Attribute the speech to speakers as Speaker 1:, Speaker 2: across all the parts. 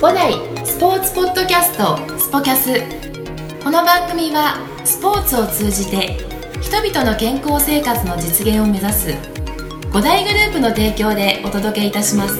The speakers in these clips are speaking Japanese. Speaker 1: 五代スポーツポッドキャストスポキャスこの番組はスポーツを通じて人々の健康生活の実現を目指す五大グループの提供でお届けいたします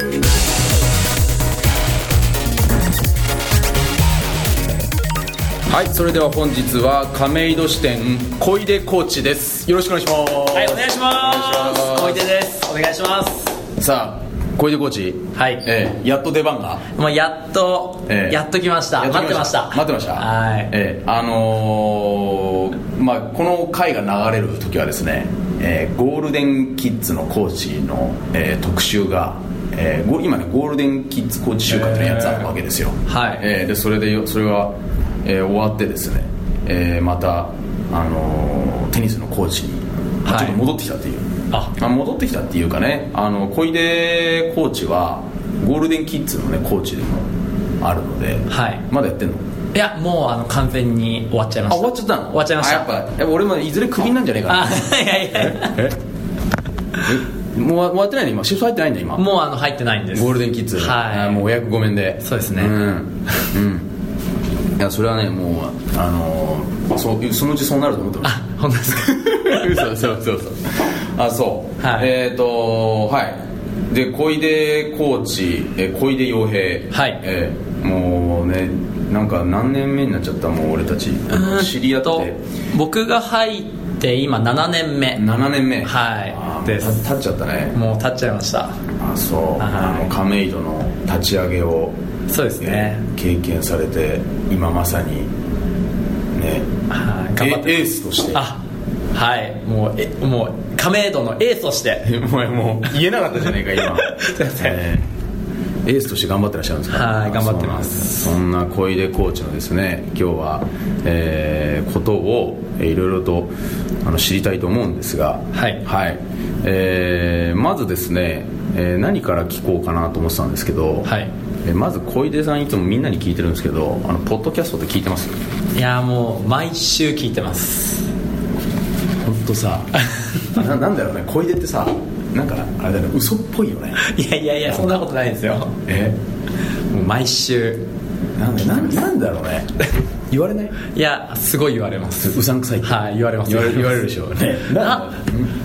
Speaker 2: はい、それでは本日は亀戸支店小出コーチです。よろしくお願いします。
Speaker 3: はい、お願いします。
Speaker 2: お
Speaker 3: 小
Speaker 2: 願いし
Speaker 3: 出です。お願いします。
Speaker 2: ますさあ、小出コーチ、
Speaker 3: はい
Speaker 2: ええやっと出番が。
Speaker 3: まあ、やっと、
Speaker 2: ええ
Speaker 3: やっと来ました。
Speaker 2: や
Speaker 3: 待
Speaker 2: と
Speaker 3: っ
Speaker 2: 来
Speaker 3: てました。
Speaker 2: 待ってました。
Speaker 3: はい。
Speaker 2: ええあのーまあこの回が流れる時はですね、ええゴールデンキッズのコーチの、ええ特集が。ええゴ今ねゴールデンキッズコーチ週間っていうのをやつあるわけですよ、
Speaker 3: はい
Speaker 2: ええでそれでよそれが、ええ終わってですね、ええまた、あのーテニスのコーチに、
Speaker 3: はい
Speaker 2: ちょっと戻ってきたっていう
Speaker 3: あ
Speaker 2: まあ、戻ってきたっていうかねあの小出コーチはゴールデンキッズの、ね、コーチでもあるので、
Speaker 3: はい
Speaker 2: まだやってんの
Speaker 3: いや、もう、あの、完全に終わっちゃいま
Speaker 2: あ
Speaker 3: した。
Speaker 2: 終わっちゃったの
Speaker 3: 終わっちゃいました
Speaker 2: あやっぱやっぱ俺もいずれクビになんじゃねえかな
Speaker 3: あ、いやいや
Speaker 2: ええもう終わってないの今シフト入ってないんだ今
Speaker 3: もう、あの、入ってないんです。
Speaker 2: ゴールデンキッズ
Speaker 3: はい
Speaker 2: あもうお役ごめんで
Speaker 3: そうですね
Speaker 2: うん、うん、いやそれはねもうあのーそうそのうちそうなると思ってます
Speaker 3: あ、本当ですか。
Speaker 2: そうそうそうそうあそう、
Speaker 3: はい
Speaker 2: えっ、とはいで小出コーチえー小出洋平
Speaker 3: はい
Speaker 2: えーもうねなんか何年目になっちゃったもう俺たち知り合っ
Speaker 3: う
Speaker 2: て
Speaker 3: ーんと僕が入って、今、7年目。
Speaker 2: 7年目
Speaker 3: はい
Speaker 2: あー
Speaker 3: です
Speaker 2: た立っちゃったね
Speaker 3: もう、経っちゃいました。
Speaker 2: あそう、
Speaker 3: はい
Speaker 2: あの亀戸の立ち上げを
Speaker 3: そうですね。
Speaker 2: 経験されて今まさにね
Speaker 3: はい。頑張って。
Speaker 2: えエースとして
Speaker 3: あ、はい。もう、え、もう、亀戸のエースとして。
Speaker 2: お前もう言えなかったじゃねえか 今
Speaker 3: すいません
Speaker 2: えーエースとして頑張ってらっしゃるんですか
Speaker 3: はい頑張ってます
Speaker 2: そうなんですそんな小出コーチのですね今日は、えーことをえーいろいろとあの知りたいと思うんですが
Speaker 3: はい
Speaker 2: えーまずですね、えー何から聞こうかなと思ってたんですけど、
Speaker 3: はい
Speaker 2: えーまず小出さんいつもみんなに聞いてるんですけどあのポッドキャストって聞いてます
Speaker 3: いや、もう、毎週聞いてます。
Speaker 2: 本当さななんだろうね小出ってさなんかあれだね嘘っぽい よね
Speaker 3: いやいやいや、そんなことないですよ。
Speaker 2: え
Speaker 3: もう毎週
Speaker 2: なんだなんなんだろうね言われない
Speaker 3: いやすごい言われます
Speaker 2: うさんくさいって
Speaker 3: はい言われます
Speaker 2: 言われ言われるでしょ、ね、
Speaker 3: な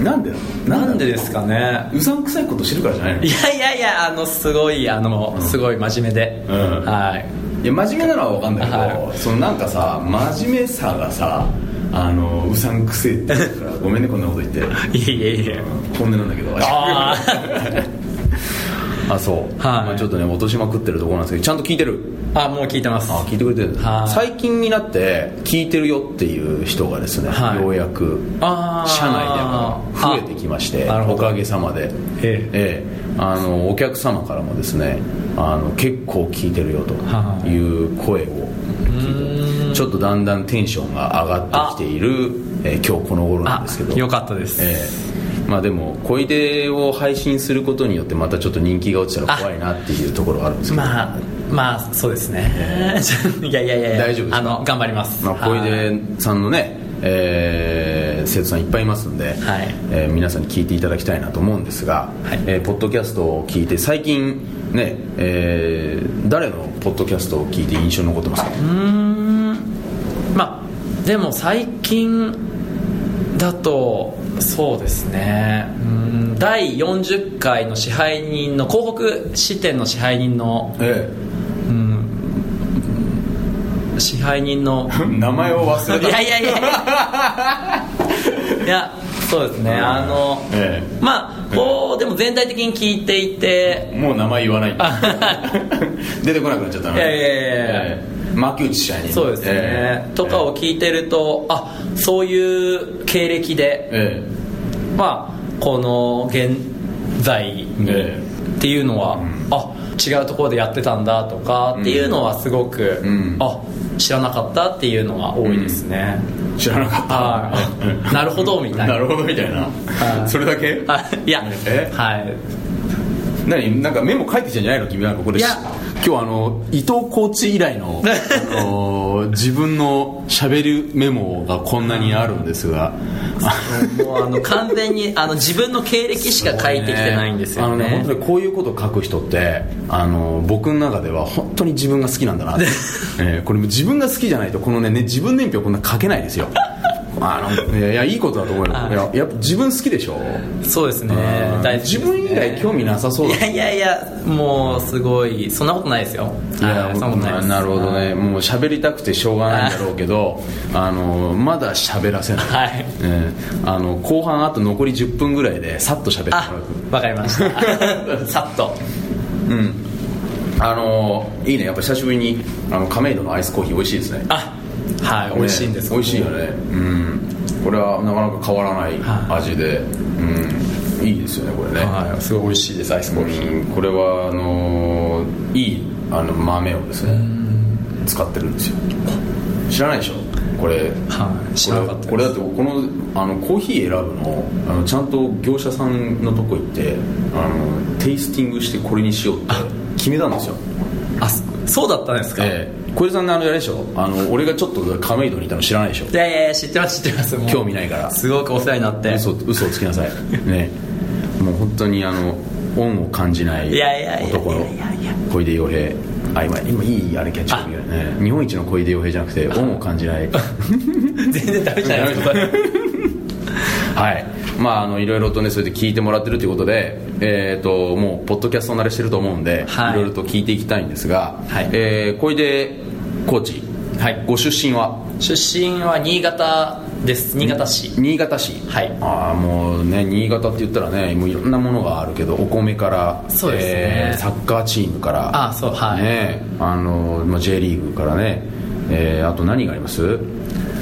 Speaker 2: なんで
Speaker 3: なんでですすかね
Speaker 2: うさんくさいことしてるからじゃないの
Speaker 3: いやいやいやあのすごいあの、すごい真面目で、
Speaker 2: うん
Speaker 3: はい
Speaker 2: いや真面目なのは分かんないけど、
Speaker 3: は
Speaker 2: そのなんかさ真面目さがさあのうさんくせえって言うから ごめんねこんなこと言って
Speaker 3: いやいやいや
Speaker 2: 本音なんだけど
Speaker 3: あ
Speaker 2: あそう、まあ、ちょっとね落としまくってるところなんですけどちゃんと聞いてる
Speaker 3: あもう聞いてます
Speaker 2: あ聞いてくれてる
Speaker 3: はい
Speaker 2: 最近になって聞いてるよっていう人がですね、
Speaker 3: はい
Speaker 2: ようやく
Speaker 3: あー
Speaker 2: 社内でも増えてきまして
Speaker 3: あなるほ
Speaker 2: お
Speaker 3: ど
Speaker 2: かげさまで、
Speaker 3: え
Speaker 2: ええあのお客様からもですねあの結構聞いてるよと
Speaker 3: はい
Speaker 2: いう声を聞いてちょっとだんだんテンションが上がってきている、えー今日この頃なん
Speaker 3: あ
Speaker 2: ですけど
Speaker 3: よかったです、
Speaker 2: ええまあでも小出を配信することによってまたちょっと人気が落ちたら怖いなっていうところがあるんですけど
Speaker 3: まあまあそうですね、 いやいやいやいや
Speaker 2: 大丈夫ですか
Speaker 3: あの頑張ります、
Speaker 2: まあ、小
Speaker 3: はい
Speaker 2: 出さんのね、えー生徒さんいっぱいいますんで、
Speaker 3: はい
Speaker 2: えー皆さんに聞いていただきたいなと思うんですが、
Speaker 3: はい
Speaker 2: えーポッドキャストを聞いて最近ね、えー誰のポッドキャストを聞いて印象に残ってますか
Speaker 3: まあでも最近だとそうですねうん第40回の支配人の広北支店の支配人の
Speaker 2: え
Speaker 3: 支配 人の
Speaker 2: え名前を忘れ
Speaker 3: い
Speaker 2: た
Speaker 3: やいやいやいやそうですねあの、
Speaker 2: え
Speaker 3: まあこうでも全体的に聞いていて
Speaker 2: えもう名前言わない 出てこなくなっちゃったのね
Speaker 3: いやいやいやいや
Speaker 2: ええ牧内社員
Speaker 3: そうですね、
Speaker 2: ええ
Speaker 3: とかを聞いてるとあそういう経歴で
Speaker 2: え
Speaker 3: まあこの現在
Speaker 2: えええ
Speaker 3: っていうのは、あ違うところでやってたんだとかっていうのはすごく、
Speaker 2: うん
Speaker 3: あ知らなかったっていうのは多いですね、
Speaker 2: 知らなかった
Speaker 3: はい あなるほどみたいな
Speaker 2: なるほどみたいな、
Speaker 3: はい
Speaker 2: それだけ
Speaker 3: あいや
Speaker 2: え
Speaker 3: はい
Speaker 2: 何なんかメモ書いてきたんじゃないの君なんかこれ
Speaker 3: いや
Speaker 2: 今日あの伊藤コーチ以来 のあの自分のしゃべるメモがこんなにあるんですが
Speaker 3: もうあの完全にあの自分の経歴 しか書いてきてないんですよね
Speaker 2: あのね本当にこういうこと書く人ってあの僕の中では本当に自分が好きなんだな って、えーこれ自分が好きじゃないとこのねね自分年表こんな書けない ですよあのいやいやいいことだと思うよいややっぱ自分好きでしょ
Speaker 3: そうですね
Speaker 2: うん
Speaker 3: 大好きです
Speaker 2: 自分以外興味なさそうだ
Speaker 3: いやいやいやもうすごいそんなことないですよ
Speaker 2: いや
Speaker 3: はそんなことないです
Speaker 2: なるほどねもう喋りたくてしょうがないんだろうけどあのまだ喋らせない、
Speaker 3: はい
Speaker 2: えーあの後半あと残り10分ぐらいでさっと喋ってもら
Speaker 3: あ
Speaker 2: う
Speaker 3: わかりました さっと
Speaker 2: あのいいねやっぱ久しぶりにあの亀戸のアイスコーヒー美味しいですね
Speaker 3: あはい美味しいんです
Speaker 2: ね美味しいよねうんこれはなかなか変わらない
Speaker 3: はい
Speaker 2: 味で、うんいいですよねこれね、
Speaker 3: はいすごい美味しいですアイスコーヒー
Speaker 2: うんこれはあのいいあの豆をですね使ってるんですよ知らないでしょこれ
Speaker 3: はい知らなかったです
Speaker 2: これこれだってこのあのコーヒー選ぶのあのちゃんと業者さんのとこ行ってあのテイスティングしてこれにしようって決めたんですよ
Speaker 3: あそそうだったんですか、
Speaker 2: ええ小出さんのあのあれでしょあの俺がちょっと亀戸にいたの知らないでしょ
Speaker 3: いやいやいや知ってます知ってますもう
Speaker 2: 興味ないから
Speaker 3: すごくお世話になって
Speaker 2: 嘘嘘をつきなさいねもう本当にあの恩を感じない
Speaker 3: いやいやいやいや
Speaker 2: 男の
Speaker 3: いやいや
Speaker 2: 小出洋平あ今今いいあれキャッチコピーだよね日本一の小出洋平じゃなくて恩を感じない
Speaker 3: 全然ダメじゃないですか それ
Speaker 2: はいまああのいろいろとねそれで聞いてもらってるということでえっ、ともうポッドキャスト慣れしてると思うんで、
Speaker 3: はい
Speaker 2: いろいろと聞いていきたいんですが、
Speaker 3: はい
Speaker 2: えー小出コーチ、
Speaker 3: はい
Speaker 2: ご出身は
Speaker 3: 出身は新潟です新潟市
Speaker 2: 新潟市
Speaker 3: はい
Speaker 2: ああもうね新潟って言ったらねもういろんなものがあるけどお米から
Speaker 3: そうですね
Speaker 2: えーサッカーチームから
Speaker 3: あそうはい
Speaker 2: ねあのまあ J リーグからね、えーあと何があります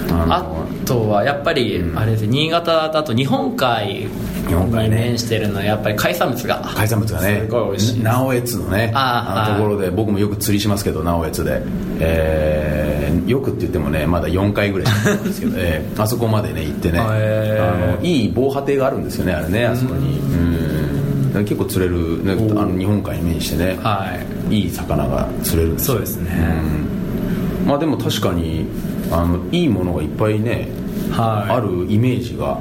Speaker 2: あの
Speaker 3: あとはやっぱりあれで新潟だと日本海
Speaker 2: 日本海
Speaker 3: に
Speaker 2: ね
Speaker 3: 面してるのはやっぱり海産物が
Speaker 2: 海産物がね
Speaker 3: すごい美味しいです
Speaker 2: 直江津のね
Speaker 3: あー
Speaker 2: のところで僕もよく釣りしますけど直江津で、えーよくって言ってもねまだ4回ぐらいしかないん ですけど、えーあそこまでね行ってね、
Speaker 3: へー
Speaker 2: あのいい防波堤があるんですよねあれねあそこにうんだから結構釣れる、ね、
Speaker 3: おー
Speaker 2: あの日本海に面してね、
Speaker 3: はい
Speaker 2: い、い魚が釣れるんですよ
Speaker 3: そうですね
Speaker 2: うんまあでも確かにあのいいものがいっぱいね、
Speaker 3: はい
Speaker 2: あるイメージが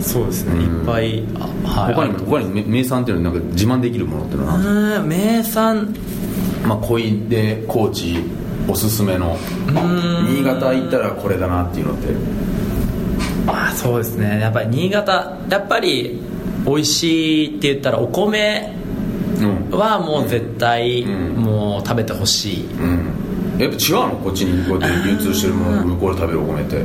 Speaker 3: そうですねいっぱいあはい
Speaker 2: 他にも他にも名名産っていうのはなんか自慢できるものっていうのは
Speaker 3: う
Speaker 2: 何ですか
Speaker 3: ーん名産
Speaker 2: まあ、小出コーチおすすめの新潟行ったらこれだなっていうのって
Speaker 3: まあそうですねやっぱり新潟やっぱり美味しいって言ったらお米
Speaker 2: うん
Speaker 3: はもう絶対
Speaker 2: うん
Speaker 3: もう食べてほしい、
Speaker 2: うんやっぱ違うのこっちにこうやって流通してるもの向こうで食べるお米って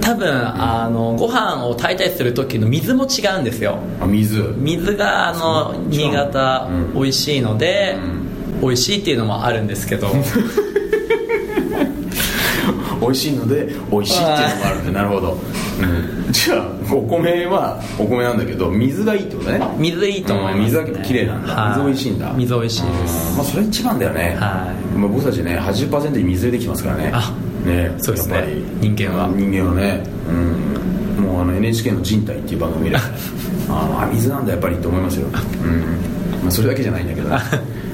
Speaker 3: 多分あのご飯を炊いたりする時の水も違うんですよ
Speaker 2: あ水
Speaker 3: 水があ
Speaker 2: そう
Speaker 3: の新潟
Speaker 2: うん
Speaker 3: 美味しいので、美味しいっていうのもあるんで すけど
Speaker 2: 美味しいので美味しいっていうのもあるんでなるほど、うん、じゃあお米はお米なんだけど水がいいってことね
Speaker 3: 水いいと思います、ね、
Speaker 2: うん水だけ綺麗なんだ水美味しいんだ
Speaker 3: 水美味しいです
Speaker 2: うんまあ、それ一番だよね、
Speaker 3: はい
Speaker 2: まあ、僕たちね80%に水でできてますからね
Speaker 3: あ
Speaker 2: ね
Speaker 3: そうですね
Speaker 2: やっぱり
Speaker 3: 人間は
Speaker 2: 人間はね、うん、もうあの NHK の「人体」っていう番組 であのあ水なんだやっぱりと思いますよ、うんまあ、それだけじゃないんだけど、ね、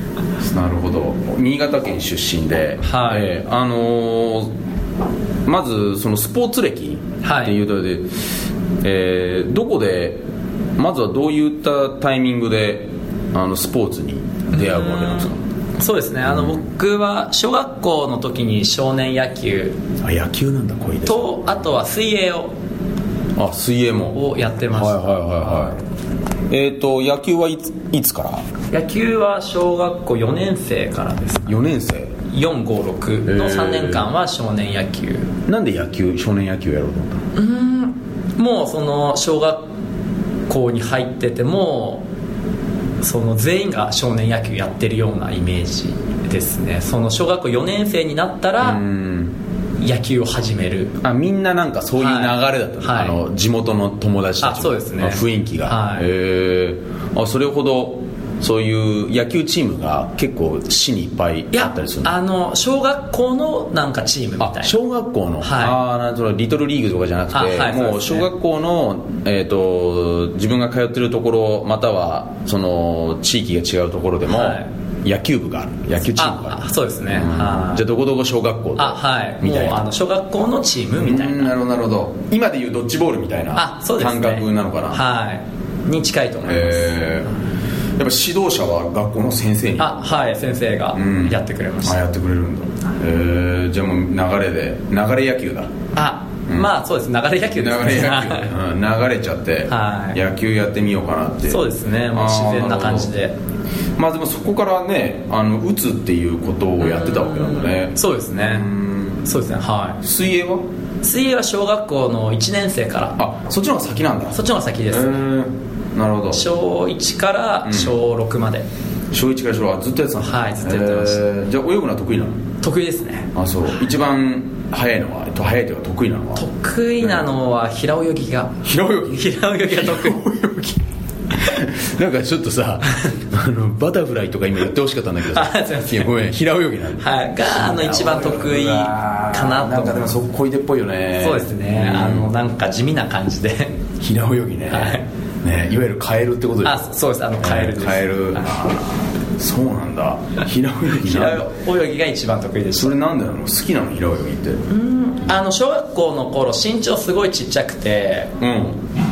Speaker 2: なるほど新潟県出身で、
Speaker 3: はい
Speaker 2: えーあのーまずそのスポーツ歴
Speaker 3: はい
Speaker 2: っていうところで、えーどこでまずはどういったタイミングであのスポーツに出会うわけなんですか
Speaker 3: そうですねあの、僕は小学校の時に少年野球
Speaker 2: あ野球なんだ恋で
Speaker 3: とあとは水泳を
Speaker 2: あ水泳も
Speaker 3: をやってま
Speaker 2: はい
Speaker 3: し
Speaker 2: は
Speaker 3: た、
Speaker 2: いはいはいえっ、と野球はいついつから
Speaker 3: 野球は小学校4年生からです
Speaker 2: 4年生
Speaker 3: 456の
Speaker 2: へー
Speaker 3: 3年間は少年野球、
Speaker 2: なんで野球少年野球やろうと思ったの
Speaker 3: もうその小学校に入っててもその全員が少年野球やってるようなイメージですねその小学校4年生になったら
Speaker 2: うん
Speaker 3: 野球を始める
Speaker 2: あみんななんかそういう流れだったの,、
Speaker 3: は
Speaker 2: あ
Speaker 3: い
Speaker 2: の地元の友達たちの
Speaker 3: あそうですね
Speaker 2: あ雰囲気が、
Speaker 3: は
Speaker 2: へ
Speaker 3: い
Speaker 2: えあそれほどそういう野球チームが結構市にいっぱい
Speaker 3: い
Speaker 2: あ
Speaker 3: や
Speaker 2: ったりするの
Speaker 3: あの小学校のなんかチームみたいな
Speaker 2: 小学校の、
Speaker 3: はい
Speaker 2: ああなんとリトルリーグとかじゃなくて、
Speaker 3: あはい
Speaker 2: もう小
Speaker 3: そうですね
Speaker 2: 学校の、えー、と自分が通ってるところまたはその地域が違うところでも、
Speaker 3: は
Speaker 2: 野球部がある野球チームがある
Speaker 3: ああそうですね、
Speaker 2: うん
Speaker 3: はい
Speaker 2: じゃあどこどこ小学校と
Speaker 3: あはい
Speaker 2: み
Speaker 3: もう
Speaker 2: たいな
Speaker 3: あの小学校のチームみたい
Speaker 2: うんな
Speaker 3: な
Speaker 2: るほどなるほど今でいうドッジボールみたいな
Speaker 3: あそうですね
Speaker 2: 感覚なのかな、
Speaker 3: はいに近いと思います、
Speaker 2: えーやっぱ指導者は学校の先生に
Speaker 3: あはい先生が
Speaker 2: うん
Speaker 3: やってくれまし
Speaker 2: あ
Speaker 3: た、
Speaker 2: やってくれるんだ、えーじゃあもう流れで流れ野球 だ
Speaker 3: あ
Speaker 2: うん
Speaker 3: まあそうです流れ野球
Speaker 2: 流
Speaker 3: で
Speaker 2: れ
Speaker 3: す
Speaker 2: 野
Speaker 3: ね
Speaker 2: 球、うん流れちゃって、
Speaker 3: はい
Speaker 2: 野球やってみようかなって
Speaker 3: そうですねもう自然な感じ
Speaker 2: あー
Speaker 3: で
Speaker 2: るほどまあでもそこからねあの打つっていうことをやってたわけなんだね
Speaker 3: そうですね
Speaker 2: うん
Speaker 3: そうですねはい
Speaker 2: 水泳は
Speaker 3: 水泳は小学校の1年生から
Speaker 2: あそっちの方が先なんだ
Speaker 3: そっちの方が先です、
Speaker 2: えーなるほど
Speaker 3: 小1から小6まで、
Speaker 2: 小1から小6はずっとやってたの
Speaker 3: はいずっとやってました
Speaker 2: ーじゃあ泳ぐのは得意なの
Speaker 3: 得意ですね
Speaker 2: あそう一番早いのはえっと早いというか得意なのは
Speaker 3: 得意なのは平泳ぎが
Speaker 2: 平泳ぎ
Speaker 3: 平泳ぎが得意
Speaker 2: なんかちょっと さあのバタフライとか今言ってほしかったんだけどさ
Speaker 3: あすいません
Speaker 2: やごめん平泳ぎなんだ
Speaker 3: はいがあの一番得意かなと
Speaker 2: んかでもそこ小出っぽいよね
Speaker 3: そうですね、
Speaker 2: うん
Speaker 3: あのなんか地味な感じで
Speaker 2: 平泳ぎね,、
Speaker 3: はい
Speaker 2: ねいわゆるカエルってことで
Speaker 3: あそうですあのカエルです、
Speaker 2: カエル
Speaker 3: はい
Speaker 2: そうなんだ平泳ぎなんだ
Speaker 3: 平泳ぎが一番得意でし
Speaker 2: そ
Speaker 3: た
Speaker 2: れなんでなの好きなの平泳ぎってうん
Speaker 3: あの小学校の頃身長すごいちっちゃくて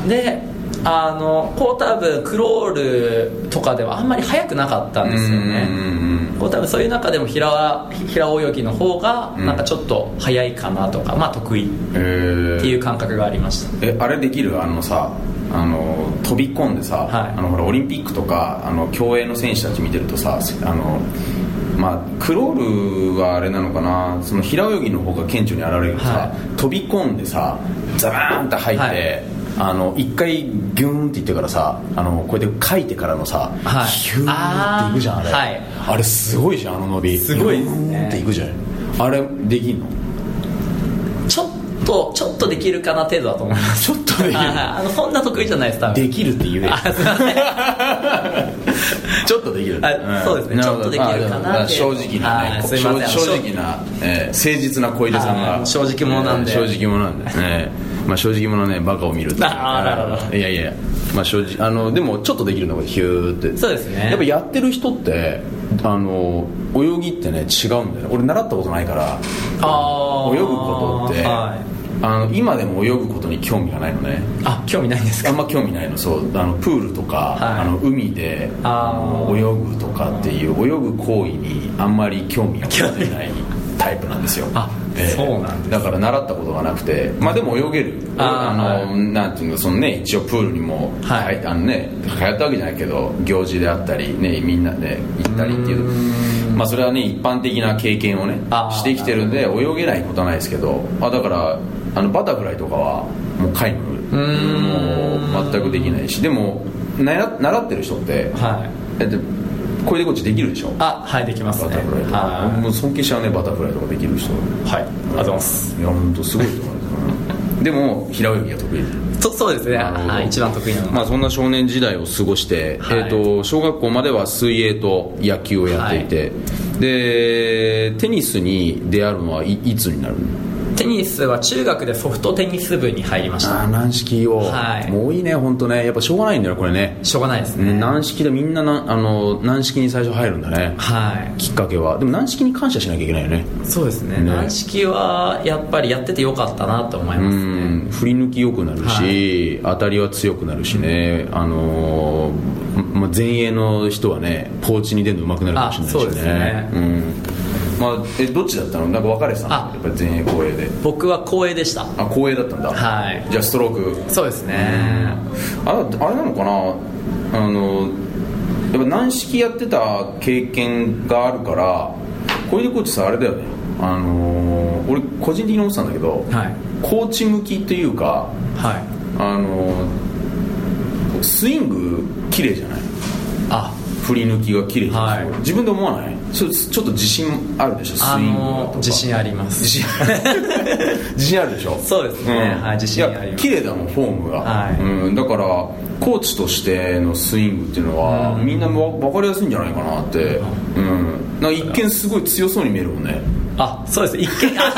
Speaker 3: であのこう多分クロールとかではあんまり速くなかったんですよ
Speaker 2: うんうん
Speaker 3: ね
Speaker 2: うん
Speaker 3: こう多分そういう中でも平平泳ぎの方が
Speaker 2: うん
Speaker 3: なんかちょっと速いかなとか、まあ得意っ
Speaker 2: えー
Speaker 3: ていう感覚がありました
Speaker 2: えあれできるあのさあの飛び込んでさ、
Speaker 3: はい
Speaker 2: あのほらオリンピックとかあの競泳の選手たち見てるとさせあのまあ、クロールはあれなのかなその平泳ぎの方が顕著に現れるけどさ、
Speaker 3: は
Speaker 2: 飛び込んでさザバーンって入って、
Speaker 3: はい
Speaker 2: あの一回ギューンっていってからさあのこうやって書いてからのさ、
Speaker 3: はい
Speaker 2: ヒューンっていくじゃんあれあ,、
Speaker 3: あーはい
Speaker 2: れすごいじゃんあの伸び
Speaker 3: すごいですね
Speaker 2: ヒューンっていくじゃんあれできんの
Speaker 3: ちょっとちょっとできるかな程度だと思いま す
Speaker 2: ちょっと できる
Speaker 3: はいあのそんな得意じゃないです多分
Speaker 2: できるって言えよ ちょっとできる、
Speaker 3: あそうですね
Speaker 2: なほど
Speaker 3: ちょっとできるかなっていう
Speaker 2: あまあ正直な
Speaker 3: は
Speaker 2: ね
Speaker 3: い
Speaker 2: こ
Speaker 3: すいません
Speaker 2: 正正直な、えー誠実な小出さん
Speaker 3: は
Speaker 2: が
Speaker 3: い正直者なんで
Speaker 2: えー正直者なんで、えーまあ、正直者ねバカを見ると
Speaker 3: あーなるほど
Speaker 2: いやいやまあ正直あのでもちょっとできるのがヒューって
Speaker 3: そうですね
Speaker 2: やっぱやってる人ってあの泳ぎってね違うんだよね俺習ったことないから
Speaker 3: あー
Speaker 2: 泳ぐことって、
Speaker 3: はい
Speaker 2: あの今でも泳ぐことに興味がないのね
Speaker 3: あ興味ないんです
Speaker 2: あ
Speaker 3: か
Speaker 2: んま興味ないのそうあのプールとか、
Speaker 3: はい
Speaker 2: あの海で
Speaker 3: あ
Speaker 2: あの
Speaker 3: ー
Speaker 2: 泳ぐとかっていう泳ぐ行為にあんまり興味が持てないタイプなんですよ
Speaker 3: あそうなんですね
Speaker 2: だから習ったことがなくてまあでも泳げる
Speaker 3: あー
Speaker 2: の、なんていうのそのね一応プールにも、
Speaker 3: はい
Speaker 2: あのね通ったわけじゃないけど行事であったりねみんなで行ったりっていうまあそれはね一般的な経験をね
Speaker 3: あー
Speaker 2: してきてるんで泳げないことはないですけどあだからあのバタフライとかはもう皆無
Speaker 3: うーん
Speaker 2: もう全くできないしでもなや習ってる人って、
Speaker 3: はい
Speaker 2: だってこれでこっちできるでしょバ
Speaker 3: あはいできます
Speaker 2: タ
Speaker 3: ね
Speaker 2: フライとか
Speaker 3: は
Speaker 2: もう尊敬しちゃうねバタフライとかできる人い
Speaker 3: い、はい、ありがとうございます
Speaker 2: や本当すごいと思うでも平泳ぎが得意
Speaker 3: そそうですね
Speaker 2: なるほど
Speaker 3: はい一番得意なの
Speaker 2: まあそんな少年時代を過ごして、
Speaker 3: はい
Speaker 2: えー、と小学校までは水泳と野球をやっていて、でテニスに出会うのはいいつになるの
Speaker 3: テニスは中学でソフトテニス部に入りました
Speaker 2: あー軟式を、
Speaker 3: はい
Speaker 2: もういいね本当ねやっぱしょうがないんだよこれね
Speaker 3: しょうがないですね
Speaker 2: ね軟式でみんななあの軟式に最初入るんだね
Speaker 3: は
Speaker 2: きっかけはでも軟式に感謝しなきゃいけないよね
Speaker 3: いそうですね
Speaker 2: ね
Speaker 3: 軟式はやっぱりやっててよかったなと思いうますね
Speaker 2: ん振り抜き良くなるし、当たりは強くなるしね、あのーま、前衛の人はねポーチに出るの上手くなるかもしれないしね
Speaker 3: あそうですね
Speaker 2: うんまあ、えどっちだったのなんか別れてたの
Speaker 3: あ
Speaker 2: やっぱり前衛後衛で
Speaker 3: 僕は光栄でした
Speaker 2: あ後衛だったんだ
Speaker 3: はい
Speaker 2: じゃあストローク
Speaker 3: そうですね
Speaker 2: ああれなのかなあのやっぱ軟式やってた経験があるから小出コーチさんあれだよねあのー俺個人的に思ってたんだけど、
Speaker 3: はい
Speaker 2: コーチ向きというか
Speaker 3: はい
Speaker 2: あのースイング綺麗じゃない
Speaker 3: あ
Speaker 2: 振り抜きが綺麗じゃない、
Speaker 3: はい
Speaker 2: 自分で思わないそれちょっと自信あるでしょスイ
Speaker 3: あ
Speaker 2: ングだと
Speaker 3: の
Speaker 2: か
Speaker 3: 自信あります
Speaker 2: 自信自信あるでしょ
Speaker 3: そうですねはい自信あります
Speaker 2: いや綺麗だもんフォームが、
Speaker 3: はい
Speaker 2: うん、だからコーチとしてのスイングっていうのは、みんなわ分かりやすいんじゃないかなって、うん、なんか一見すごい強そうに見えるもんね
Speaker 3: あそうです一見 あ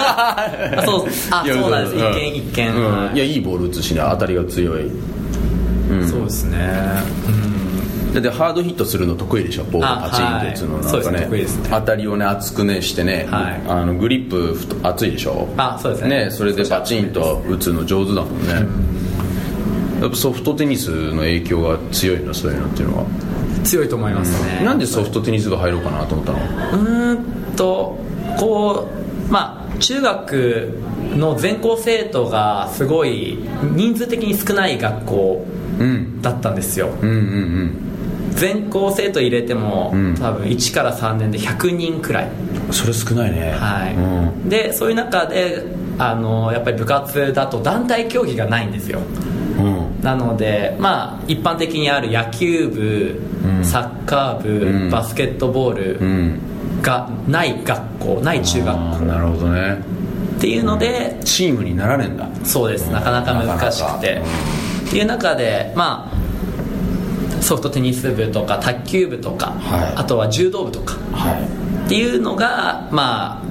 Speaker 3: あそうあ
Speaker 2: いや
Speaker 3: そうなんです
Speaker 2: う
Speaker 3: 一見一見、
Speaker 2: うん
Speaker 3: はい
Speaker 2: いやいいボール打つしね当たりが強い
Speaker 3: そうですね、
Speaker 2: だってハードヒットするの得意でしょボール
Speaker 3: あ
Speaker 2: パチンって打つのなんか
Speaker 3: は
Speaker 2: ね,、
Speaker 3: いそうです得意ですね
Speaker 2: 当たりをね厚くねしてね、
Speaker 3: はい
Speaker 2: あのグリップふと厚いでしょ
Speaker 3: あそうですね
Speaker 2: ねそれでパチンと打つの上手だもんねやっぱソフトテニスの影響が強いのそういうのっていうのは、
Speaker 3: うん強いと思いますね、
Speaker 2: なんでソフトテニス部入ろうかなと思ったの
Speaker 3: うーんとこうまあ中学の全校生徒がすごい人数的に少ない学校
Speaker 2: うん
Speaker 3: だったんですよ
Speaker 2: うんうん
Speaker 3: 全校生徒入れても、
Speaker 2: うん
Speaker 3: 多分1から3年で100人くらい
Speaker 2: うんそれ少ないね
Speaker 3: はい、
Speaker 2: うん
Speaker 3: でそういう中であのやっぱり部活だと団体競技がないんですよ
Speaker 2: うん
Speaker 3: なのでまあ一般的にある野球部、
Speaker 2: うん
Speaker 3: サッカー部、
Speaker 2: うん
Speaker 3: バスケットボー
Speaker 2: う
Speaker 3: ル
Speaker 2: ん
Speaker 3: がない学校ない中学
Speaker 2: あ
Speaker 3: 校
Speaker 2: ーなるほどね
Speaker 3: っていうので、
Speaker 2: チームにならねえんだ
Speaker 3: そうですなかなか難しくて
Speaker 2: なかなか
Speaker 3: っていう中でまあソフトテニス部とか卓球部とか、
Speaker 2: はい
Speaker 3: あとは柔道部とか
Speaker 2: は
Speaker 3: っていうのがま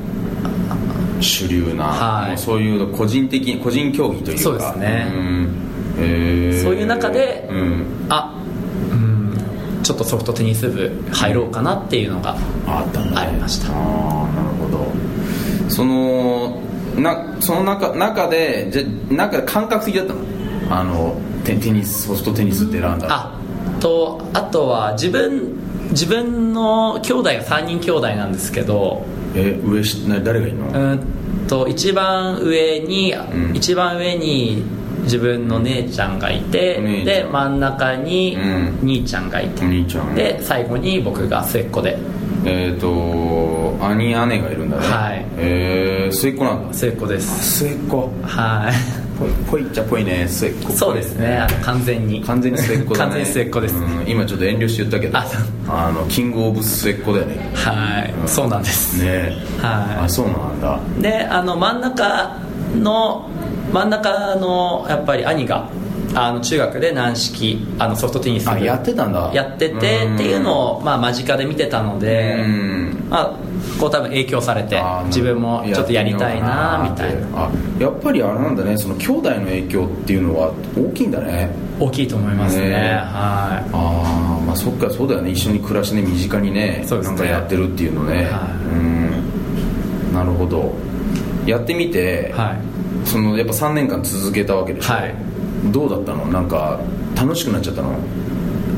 Speaker 2: い主流な、
Speaker 3: はい
Speaker 2: もうそういうの個人的個人競技というか
Speaker 3: そうですね
Speaker 2: んへ
Speaker 3: あ
Speaker 2: ー
Speaker 3: そういう中で、
Speaker 2: うん、
Speaker 3: あうんちょっとソフトテニス部入ろうかなっていうのが
Speaker 2: あったんだね
Speaker 3: ありました
Speaker 2: あーなるほどそのなその中中でじゃなんか感覚的だったのあのテテニスソフトテニスって選んだ
Speaker 3: あとあとは自分自分の兄弟が3人兄弟なんですけど
Speaker 2: え上しな誰がいるの、
Speaker 3: うーんと一番上に、
Speaker 2: ん
Speaker 3: 一番上に自分の姉ちゃんがいて、
Speaker 2: 姉ちゃん
Speaker 3: で真ん中に
Speaker 2: うん
Speaker 3: 兄ちゃんがいて、
Speaker 2: お兄ちゃん
Speaker 3: で最後に僕が末っ子で
Speaker 2: えっ、と兄姉がいるんだね
Speaker 3: はい
Speaker 2: えー、末っ子なんだ
Speaker 3: 末っ子です
Speaker 2: 末っ子
Speaker 3: はい
Speaker 2: ぽいぽいっちゃぽいね末っ子
Speaker 3: そうですねあの完全に
Speaker 2: 完全に末っ子だね
Speaker 3: 完全に末っ子です
Speaker 2: うん今ちょっと遠慮して言ったけど
Speaker 3: あそう
Speaker 2: あのキングオブ末っ子だよねね
Speaker 3: はい、そうなんです、
Speaker 2: え
Speaker 3: はい
Speaker 2: あそうなんだ
Speaker 3: であの真ん中の真ん中のやっぱり兄があの中学で軟式あのソフトテニス
Speaker 2: あやってたんだ
Speaker 3: やっててって
Speaker 2: うん
Speaker 3: いうのを、まあ、間近で見てたので、
Speaker 2: うん
Speaker 3: まあ、こう多分影響されて
Speaker 2: あー
Speaker 3: 自分もちょっとやりたいなみたいな
Speaker 2: あやっぱりあれなんだねその兄弟の影響っていうのは大きいんだね
Speaker 3: 大きいと思いますね
Speaker 2: ね
Speaker 3: は
Speaker 2: ああまあそっかそうだよね一緒に暮らしね身近にね
Speaker 3: そうです
Speaker 2: な
Speaker 3: ね
Speaker 2: んかやってるっていうのね、
Speaker 3: はい
Speaker 2: うんなるほどやってみて、
Speaker 3: い、はい、
Speaker 2: そのやっぱ3年間続けたわけでしょ、
Speaker 3: はい
Speaker 2: どうだったのなんか楽しくなっちゃったの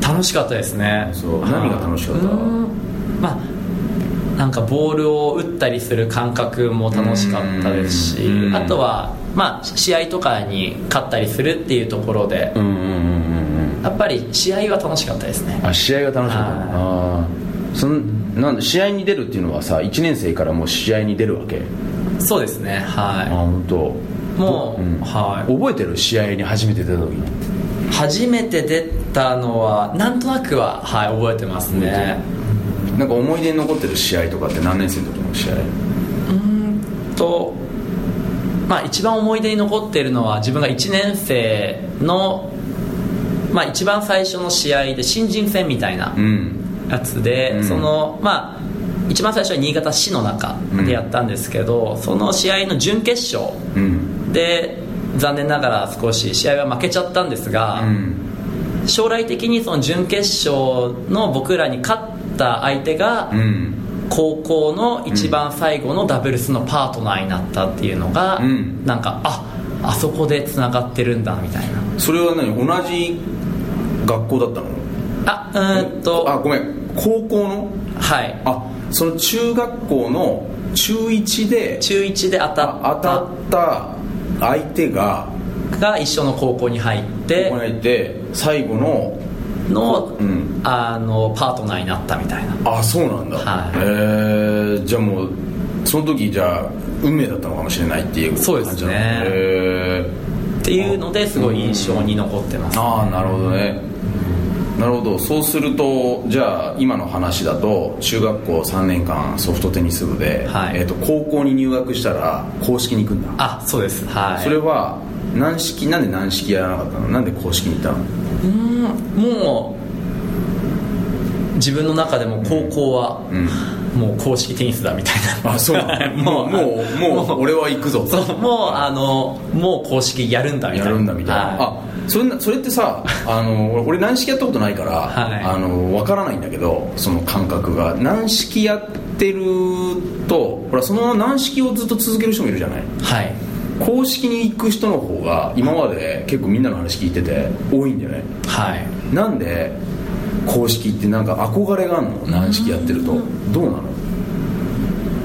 Speaker 3: 楽しかったですね
Speaker 2: そう
Speaker 3: はい
Speaker 2: 何が楽しかった
Speaker 3: うーんまあなんかボールを打ったりする感覚も楽しかったですし
Speaker 2: うん
Speaker 3: あとは、まあ、試合とかに勝ったりするっていうところで、
Speaker 2: うんうんうんうん
Speaker 3: やっぱり試合は楽しかったですね
Speaker 2: あ試合が楽しかった
Speaker 3: はい
Speaker 2: のあーそのなんで試合に出るっていうのはさ1年生からもう試合に出るわけ
Speaker 3: そうですね
Speaker 2: あ
Speaker 3: は
Speaker 2: 本当。
Speaker 3: いもう、
Speaker 2: うん
Speaker 3: はい
Speaker 2: 覚えてる試合に初めて出た時に
Speaker 3: 初めて出たのはなんとなくははい覚えてますね
Speaker 2: なんか思い出に残ってる試合とかって何年生の時の試合
Speaker 3: とまあ一番思い出に残っているのは自分が1年生のまあ一番最初の試合で新人戦みたいな
Speaker 2: うん
Speaker 3: やつで、
Speaker 2: うん
Speaker 3: そのまあ一番最初は新潟市の中でやったんですけど、その試合の準決勝
Speaker 2: うん
Speaker 3: で残念ながら少し試合は負けちゃったんですが、
Speaker 2: うん
Speaker 3: 将来的にその準決勝の僕らに勝った相手が、
Speaker 2: うん
Speaker 3: 高校の一番最後のダブルスのパートナーになったっていうのが、
Speaker 2: うん
Speaker 3: なんかああそこでつながってるんだみたいな
Speaker 2: それは何同じ学校だったの
Speaker 3: あうーんと
Speaker 2: あごめん高校の
Speaker 3: はい
Speaker 2: あその中学校の中1で
Speaker 3: 中1で当
Speaker 2: あ
Speaker 3: たっ
Speaker 2: 当たった相手が
Speaker 3: たが一緒の高校に入って
Speaker 2: ここにいて最後の
Speaker 3: の,、
Speaker 2: うん
Speaker 3: あのパートナーになったみたいな
Speaker 2: あそうなんだ、
Speaker 3: はい
Speaker 2: えーじゃあもうその時じゃあ運命だったのかもしれないっていう感じな
Speaker 3: そう
Speaker 2: の
Speaker 3: ですね
Speaker 2: え
Speaker 3: っていうのですごい印象に残ってます、
Speaker 2: ーああなるほどねなるほどそうするとじゃあ今の話だと中学校3年間ソフトテニス部で、
Speaker 3: はい
Speaker 2: えー、と高校に入学したら公式に行くんだ
Speaker 3: あそうですはい
Speaker 2: それは軟式なんで軟式やらなかったのなんで公式にいたの
Speaker 3: うんもう自分の中でも高校は、
Speaker 2: うん
Speaker 3: もう公式テニスだみたいな
Speaker 2: あ そう もうもうもう俺は行くぞ
Speaker 3: そうもうあのもう公式やるんだみた
Speaker 2: や
Speaker 3: いな
Speaker 2: るんだみたいな、
Speaker 3: は
Speaker 2: あそれなそれってさあの俺俺軟式やったことないから、
Speaker 3: はい
Speaker 2: あの分からないんだけどその感覚が軟式やってるとほらそのまま軟式をずっと続ける人もいるじゃない
Speaker 3: いはい
Speaker 2: 公式に行く人の方が今まで結構みんなの話聞いてて多いんだよね
Speaker 3: はい
Speaker 2: なんで公式ってなんか憧れがあるの軟式やってるとどうなの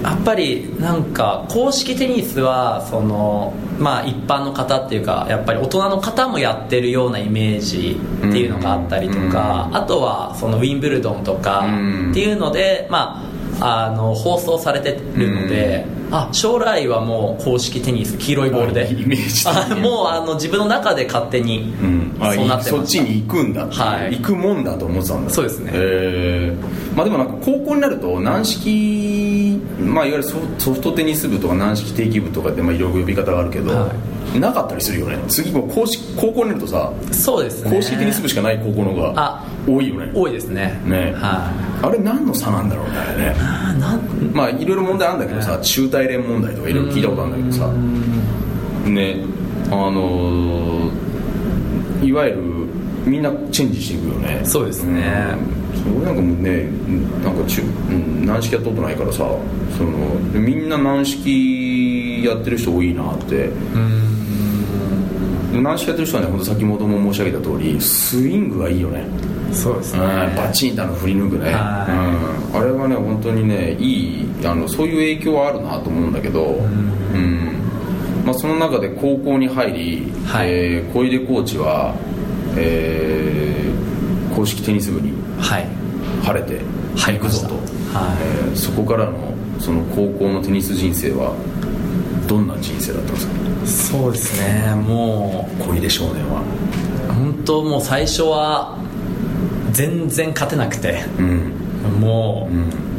Speaker 3: やっぱりなんか公式テニスはそのまあ一般の方っていうかやっぱり大人の方もやってるようなイメージっていうのがあったりとか、
Speaker 2: う
Speaker 3: あとはそのウィンブルドンとか
Speaker 2: うん
Speaker 3: っていうので、まあ、あの放送されてるので、あ将来はもう公式テニス黄色いボールで、
Speaker 2: あイメージ的
Speaker 3: あ
Speaker 2: に
Speaker 3: もうあの自分の中で勝手に
Speaker 2: うん、あ
Speaker 3: そうなって
Speaker 2: そ
Speaker 3: ま
Speaker 2: っ
Speaker 3: し
Speaker 2: ち
Speaker 3: た、
Speaker 2: に行くんだってう
Speaker 3: はい
Speaker 2: 行くもんだと思ってたんだ
Speaker 3: そうですね
Speaker 2: えーまあ、でもなんか高校になると軟式、まあ、いわゆるソソフトテニス部とか軟式定期部とかってまあいろいろ呼び方があるけど、
Speaker 3: は
Speaker 2: なかったりするよね次もう公式高校になるとさ
Speaker 3: そうですね
Speaker 2: 公式テニス部しかない高校の方が
Speaker 3: あ
Speaker 2: 多いよね
Speaker 3: 多いですね
Speaker 2: ね
Speaker 3: はい、
Speaker 2: あれ何の差なんだろうねあれね
Speaker 3: あなん
Speaker 2: まあいろいろ問題あるんだけどさ中大連問題とかいろいろ聞いたことあるんだけどさねあのーいわゆるみんなチェンジしていくよね
Speaker 3: そうですね
Speaker 2: うんそれなんかもうねなんか中、うん、軟式やったことないからさそのみんな軟式やってる人多いなって軟式やってる人はね本当先ほども申し上げた通りスイングがいいよね
Speaker 3: そうですね
Speaker 2: うんバチンとあの振り抜くね、うん、
Speaker 3: は
Speaker 2: あれはね本当にねいいあのそういう影響はあるなと思うんだけど、うんまあ、その中で高校に入り、
Speaker 3: はい
Speaker 2: えー小出コーチは、えー公式テニス部に
Speaker 3: はい
Speaker 2: 晴れて
Speaker 3: 入り
Speaker 2: 行く
Speaker 3: まし
Speaker 2: ぞ
Speaker 3: た
Speaker 2: と、
Speaker 3: はい
Speaker 2: えーそこからのその高校のテニス人生はどんな人生だったんですか
Speaker 3: そうですねも
Speaker 2: 小出少年は、
Speaker 3: う本当もう最初は全然勝てなくて
Speaker 2: うん
Speaker 3: も
Speaker 2: うん、
Speaker 3: う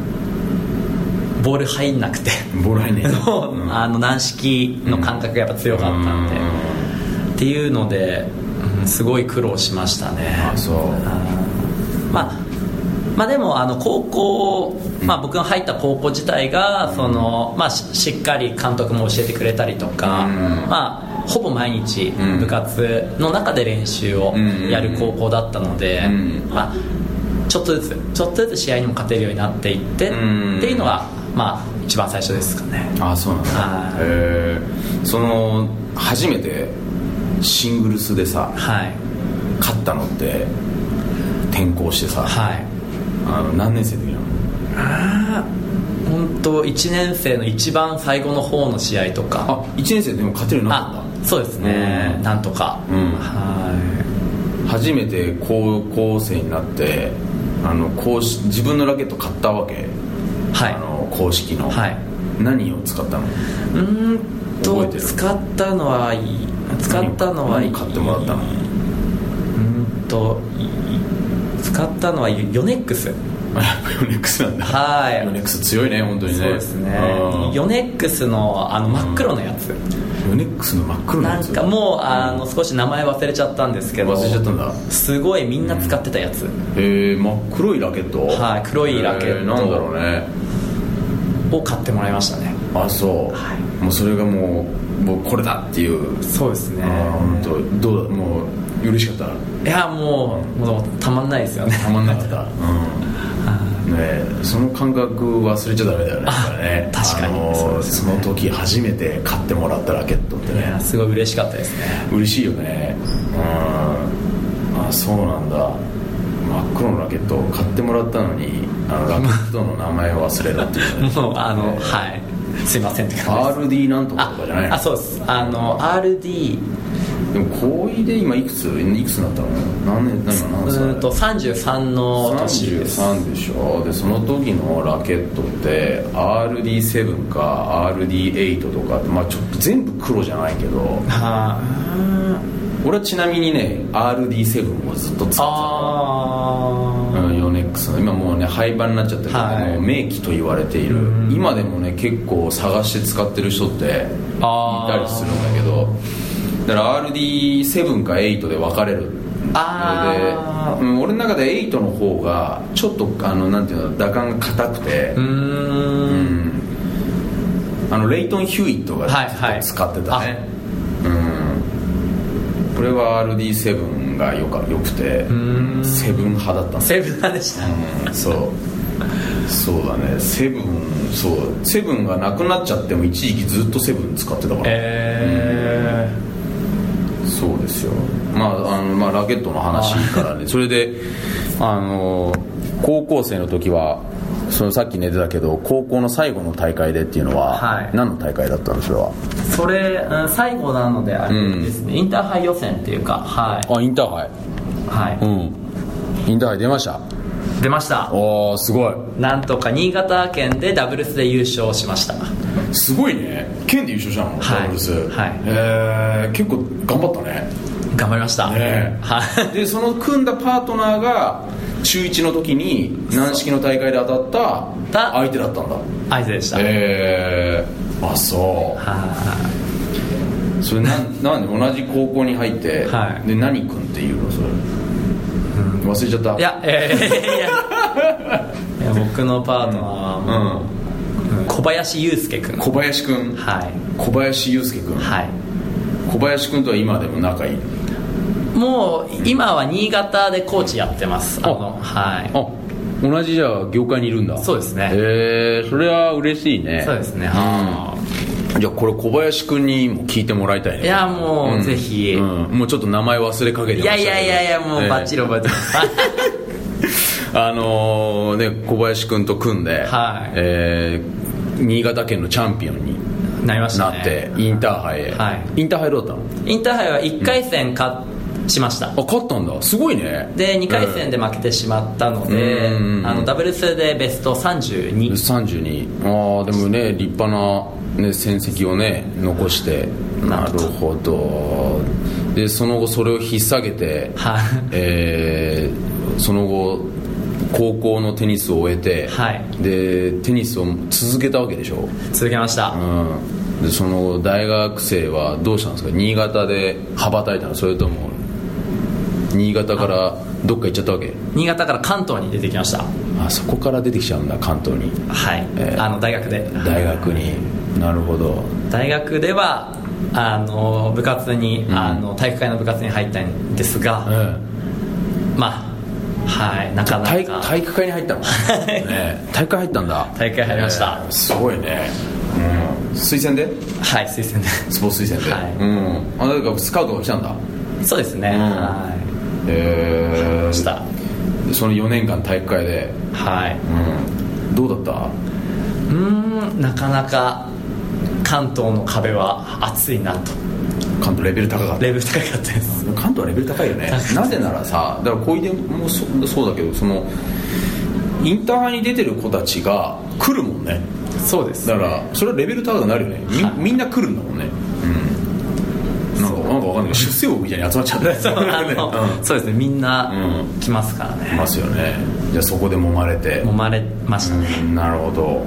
Speaker 3: ボール入んなくて
Speaker 2: ボライネ
Speaker 3: もう あの軟式の感覚がやっぱ強かったんで、っていうので、うんすごい苦労しましたね
Speaker 2: あそう
Speaker 3: まあまあ、でもあの高校、まあ、僕が入った高校自体がその、まあ、ししっかり監督も教えてくれたりとか、
Speaker 2: うん
Speaker 3: まあ、ほぼ毎日
Speaker 2: ん
Speaker 3: 部活の中で練習を
Speaker 2: うん
Speaker 3: やる高校だったので、
Speaker 2: うん
Speaker 3: まあ、ちょっとずつちょっとずつ試合にも勝てるようになっていって、
Speaker 2: うん
Speaker 3: っていうのが、まあ、一番最初ですかね
Speaker 2: あそうなんだ
Speaker 3: は
Speaker 2: へ
Speaker 3: い
Speaker 2: えその初めてシングルスでさ
Speaker 3: はい
Speaker 2: 勝ったのって転校してさ
Speaker 3: はい
Speaker 2: あの何年生の時なの
Speaker 3: 本当1年生の一番最後の方の試合とか
Speaker 2: あ一1年生でも勝てるようになった
Speaker 3: あ
Speaker 2: んだ
Speaker 3: そうですね
Speaker 2: うん
Speaker 3: なんとか、
Speaker 2: うん
Speaker 3: は
Speaker 2: 初めて高校生になってあの公式自分のラケット買ったわけ
Speaker 3: いはい
Speaker 2: あの公式の、
Speaker 3: はい
Speaker 2: 何を使ったの
Speaker 3: うーん
Speaker 2: 覚え
Speaker 3: と
Speaker 2: てる
Speaker 3: 使ったのはいい使ったのはいい
Speaker 2: 何買ってもらったの
Speaker 3: うーんといい使ったのはヨネックス
Speaker 2: あやっぱヨネックスなんだ
Speaker 3: はい
Speaker 2: ヨネックス強いね本当にね
Speaker 3: そうですね
Speaker 2: うん
Speaker 3: ヨネックスのあの真っ黒のやつ、
Speaker 2: ヨネックスの真っ黒の
Speaker 3: な
Speaker 2: や
Speaker 3: ん
Speaker 2: つ
Speaker 3: かもうあの少し名前忘れちゃったんですけど
Speaker 2: 忘れちゃったんだ
Speaker 3: すごいみんな使ってたやつ
Speaker 2: えー、真っ黒いラケット
Speaker 3: はい黒いラケット
Speaker 2: えーなんだろうね
Speaker 3: を買ってもらいましたね
Speaker 2: あそう、
Speaker 3: はい
Speaker 2: もうそれがもうもうこれだっていう
Speaker 3: そうです
Speaker 2: あ
Speaker 3: ね
Speaker 2: ー本当どうだもう嬉しかった
Speaker 3: いやもうもうたまんないですよね
Speaker 2: たまんなかった、うんねえ、その感覚忘れちゃダメだよね
Speaker 3: あ
Speaker 2: やっぱね
Speaker 3: 確かに
Speaker 2: あのー
Speaker 3: そう
Speaker 2: そ
Speaker 3: ですね
Speaker 2: の時初めて買ってもらったラケットって
Speaker 3: い
Speaker 2: ね
Speaker 3: やすごい嬉しかったですね
Speaker 2: 嬉しいよねうんあそうなんだ真っ黒のラケットを買ってもらったのにあのラケットの名前を忘れたっていうね、
Speaker 3: もうあのはいすいませんって感じです
Speaker 2: RD なんとかとかじゃない
Speaker 3: あ
Speaker 2: の
Speaker 3: あそうですあの RD
Speaker 2: でも高一で今いくついくつになったの何年何
Speaker 3: う
Speaker 2: 何歳
Speaker 3: ーんと33の年です
Speaker 2: 33でしょでその時のラケットって RD7 か RD8 とかって、まあ、ちょっと全部黒じゃないけど
Speaker 3: は
Speaker 2: 俺はちなみにね RD7 をずっと使って
Speaker 3: あ
Speaker 2: たの
Speaker 3: あ
Speaker 2: う
Speaker 3: ー
Speaker 2: んヨネックスの今もうね廃盤になっちゃってるけど、
Speaker 3: はい
Speaker 2: もう名機と言われている
Speaker 3: うん
Speaker 2: 今でもね結構探して使ってる人ってい
Speaker 3: あー
Speaker 2: たりするんだけどだから RD7 か8で分かれる
Speaker 3: あ
Speaker 2: ので、うん、俺の中で8の方がちょっとあのなんていうの打感が硬くて、
Speaker 3: うーん
Speaker 2: あのレイトン・ヒューイットが
Speaker 3: はいはい
Speaker 2: 使ってたね、うんこれは RD7 がよかよくて
Speaker 3: ん
Speaker 2: セブン派だったんです
Speaker 3: セーブなんでした
Speaker 2: うんそうそうだねセブンそうセブンがなくなっちゃっても一時期ずっとセブン使ってたから、
Speaker 3: え
Speaker 2: そうですよまああの、まあ、ラケットの話からねそれであの高校生の時はそのさっき寝てたけど高校の最後の大会でっていうのは、
Speaker 3: はい
Speaker 2: 何の大会だったのそれは
Speaker 3: ーそれ、うん最後なのであれですね、インターハイ予選っていうかはい
Speaker 2: あインターハイ
Speaker 3: はい、
Speaker 2: うんインターハイ出ました
Speaker 3: 出ました
Speaker 2: おーすごい
Speaker 3: なんとか新潟県でダブルスで優勝しました
Speaker 2: すごいね県で優勝したの
Speaker 3: はい
Speaker 2: ダブルス
Speaker 3: はい
Speaker 2: えー結構頑張ったね
Speaker 3: 頑張りました、
Speaker 2: ね
Speaker 3: はい
Speaker 2: でその組んだパートナーが中1の時に軟式の大会で当たった
Speaker 3: だ
Speaker 2: 相手だったんだ
Speaker 3: 合図でした、
Speaker 2: ええあそ
Speaker 3: は
Speaker 2: うそれ なんなんで同じ高校に入って、
Speaker 3: はい
Speaker 2: で何君っていうのそれ、忘れちゃった
Speaker 3: いいやえー、いやいや僕のパートナーは
Speaker 2: う
Speaker 3: も
Speaker 2: ん
Speaker 3: う、小林祐介君
Speaker 2: 小林君
Speaker 3: はい
Speaker 2: 小林祐介君
Speaker 3: はい
Speaker 2: 小林君とは今でも仲いい
Speaker 3: もう今は新潟でコーチやってますあのはい
Speaker 2: あ同じじゃあ業界にいるんだ
Speaker 3: そうですね
Speaker 2: ええそれは嬉しいね
Speaker 3: そうです
Speaker 2: う
Speaker 3: ね
Speaker 2: んじゃあこれ小林君にも聞いてもらいたいね
Speaker 3: いやもう、
Speaker 2: ん
Speaker 3: ぜひ、
Speaker 2: うんもうちょっと名前忘れかけてま
Speaker 3: い
Speaker 2: した
Speaker 3: や
Speaker 2: けど
Speaker 3: いやいやいやもうバッチリ覚えてます、
Speaker 2: えーあのーね小林君と組んで、
Speaker 3: はい
Speaker 2: えー新潟県のチャンピオンに
Speaker 3: なりましたね
Speaker 2: なって、インターハイへ、
Speaker 3: はい
Speaker 2: インターハイどうだっ
Speaker 3: インターハイは1回戦勝ちました、
Speaker 2: たのあ勝ったんだすごいね
Speaker 3: で2回戦
Speaker 2: で、
Speaker 3: で負けてしまったので、
Speaker 2: うん
Speaker 3: あのダブルスでベスト
Speaker 2: えー
Speaker 3: 32
Speaker 2: 32ああでもね立派な、ね、戦績をね残してなるほどでその後それを引っ提げて、
Speaker 3: はい
Speaker 2: えーその後高校のテニスを終えて、
Speaker 3: はい
Speaker 2: でテニスを続けたわけでしょ、
Speaker 3: 続けました、
Speaker 2: うん、でその後大学生はどうしたんですか新潟で羽ばたいたのそれとも新潟からどっか行っちゃったわけ
Speaker 3: 新潟から関東に出てきました
Speaker 2: あそこから出てきちゃうんだ関東に
Speaker 3: はい、
Speaker 2: えー
Speaker 3: あの大学で
Speaker 2: 大学になるほど
Speaker 3: 大学ではあの部活に、
Speaker 2: ん
Speaker 3: あの体育会の部活に入ったんですが、まあはいなかな
Speaker 2: 体
Speaker 3: か
Speaker 2: 体育会に入った の、ね、体育会入ったんだ
Speaker 3: 体育会入りました
Speaker 2: えーすごいね、うん、推薦で
Speaker 3: はい推薦で
Speaker 2: スポーツ推薦で、
Speaker 3: はい
Speaker 2: うんあだからスカウトが来たんだ
Speaker 3: そうですね、
Speaker 2: うん
Speaker 3: は
Speaker 2: へえ
Speaker 3: いした
Speaker 2: その4年間体育会で、
Speaker 3: はい
Speaker 2: うん、どうだった
Speaker 3: うーんなかなか関東の壁は厚いなと
Speaker 2: 関東レベル高かった
Speaker 3: レベル高かったです
Speaker 2: 関東はレベル高いよねなぜならさだから小出もそそうだけどそのインターハイに出てる子たちが来るもんね
Speaker 3: そうです
Speaker 2: だからそれはレベル高くなるよね
Speaker 3: はい
Speaker 2: みみんな来るんだもんねうんなんかなんかわかんないけど出世王みたいに集まっちゃうんだよね
Speaker 3: そうあの
Speaker 2: うん
Speaker 3: そうですねみんな
Speaker 2: うん
Speaker 3: 来ますから
Speaker 2: い
Speaker 3: ね、
Speaker 2: ますよねじゃあそこで揉まれて
Speaker 3: 揉まれましたね、
Speaker 2: うんなるほど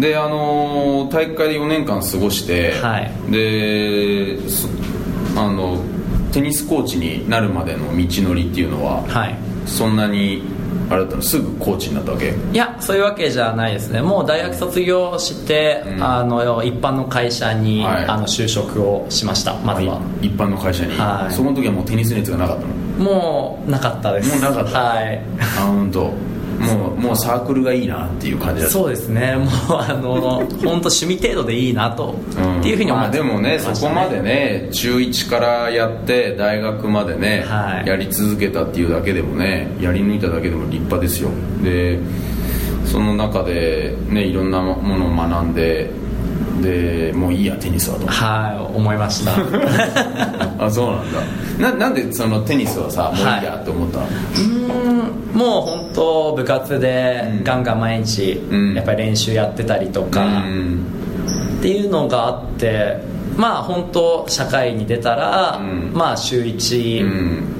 Speaker 2: であのー体育会で4年間過ごして、
Speaker 3: はい
Speaker 2: でそあのテニスコーチになるまでの道のりっていうのは、
Speaker 3: はい
Speaker 2: そんなにあれだったのすぐコーチになったわけ
Speaker 3: いやそういうわけじゃないですねもう大学卒業して、
Speaker 2: うん
Speaker 3: あの一般の会社に、
Speaker 2: はい
Speaker 3: あの就職をしましたまずは、
Speaker 2: い一般の会社に、
Speaker 3: はい
Speaker 2: その時はもうテニス熱がなか ったの
Speaker 3: もうなかったです
Speaker 2: もうなかった
Speaker 3: はい
Speaker 2: あ本当。もうもうサークルがいいなっていう感じだった
Speaker 3: そうですねもうあの本当趣味程度でいいなと、
Speaker 2: ん
Speaker 3: っていうふうに思
Speaker 2: ま
Speaker 3: っ
Speaker 2: あ
Speaker 3: て
Speaker 2: でもね
Speaker 3: ました
Speaker 2: そこまでね中1からやって大学までね、
Speaker 3: はい
Speaker 2: やり続けたっていうだけでもねやり抜いただけでも立派ですよでその中でねいろんなものを学んででもういいやテニス はと
Speaker 3: はい思いました
Speaker 2: あそうなんだななんでそのテニスはさもういい
Speaker 3: はい
Speaker 2: やって思ったの、
Speaker 3: もう本当部活で
Speaker 2: うん
Speaker 3: ガンガン毎日
Speaker 2: うん
Speaker 3: やっぱり練習やってたりとか
Speaker 2: うん
Speaker 3: っていうのがあってまあ本当社会に出たら
Speaker 2: うん
Speaker 3: まあ週
Speaker 2: う
Speaker 3: 1
Speaker 2: ん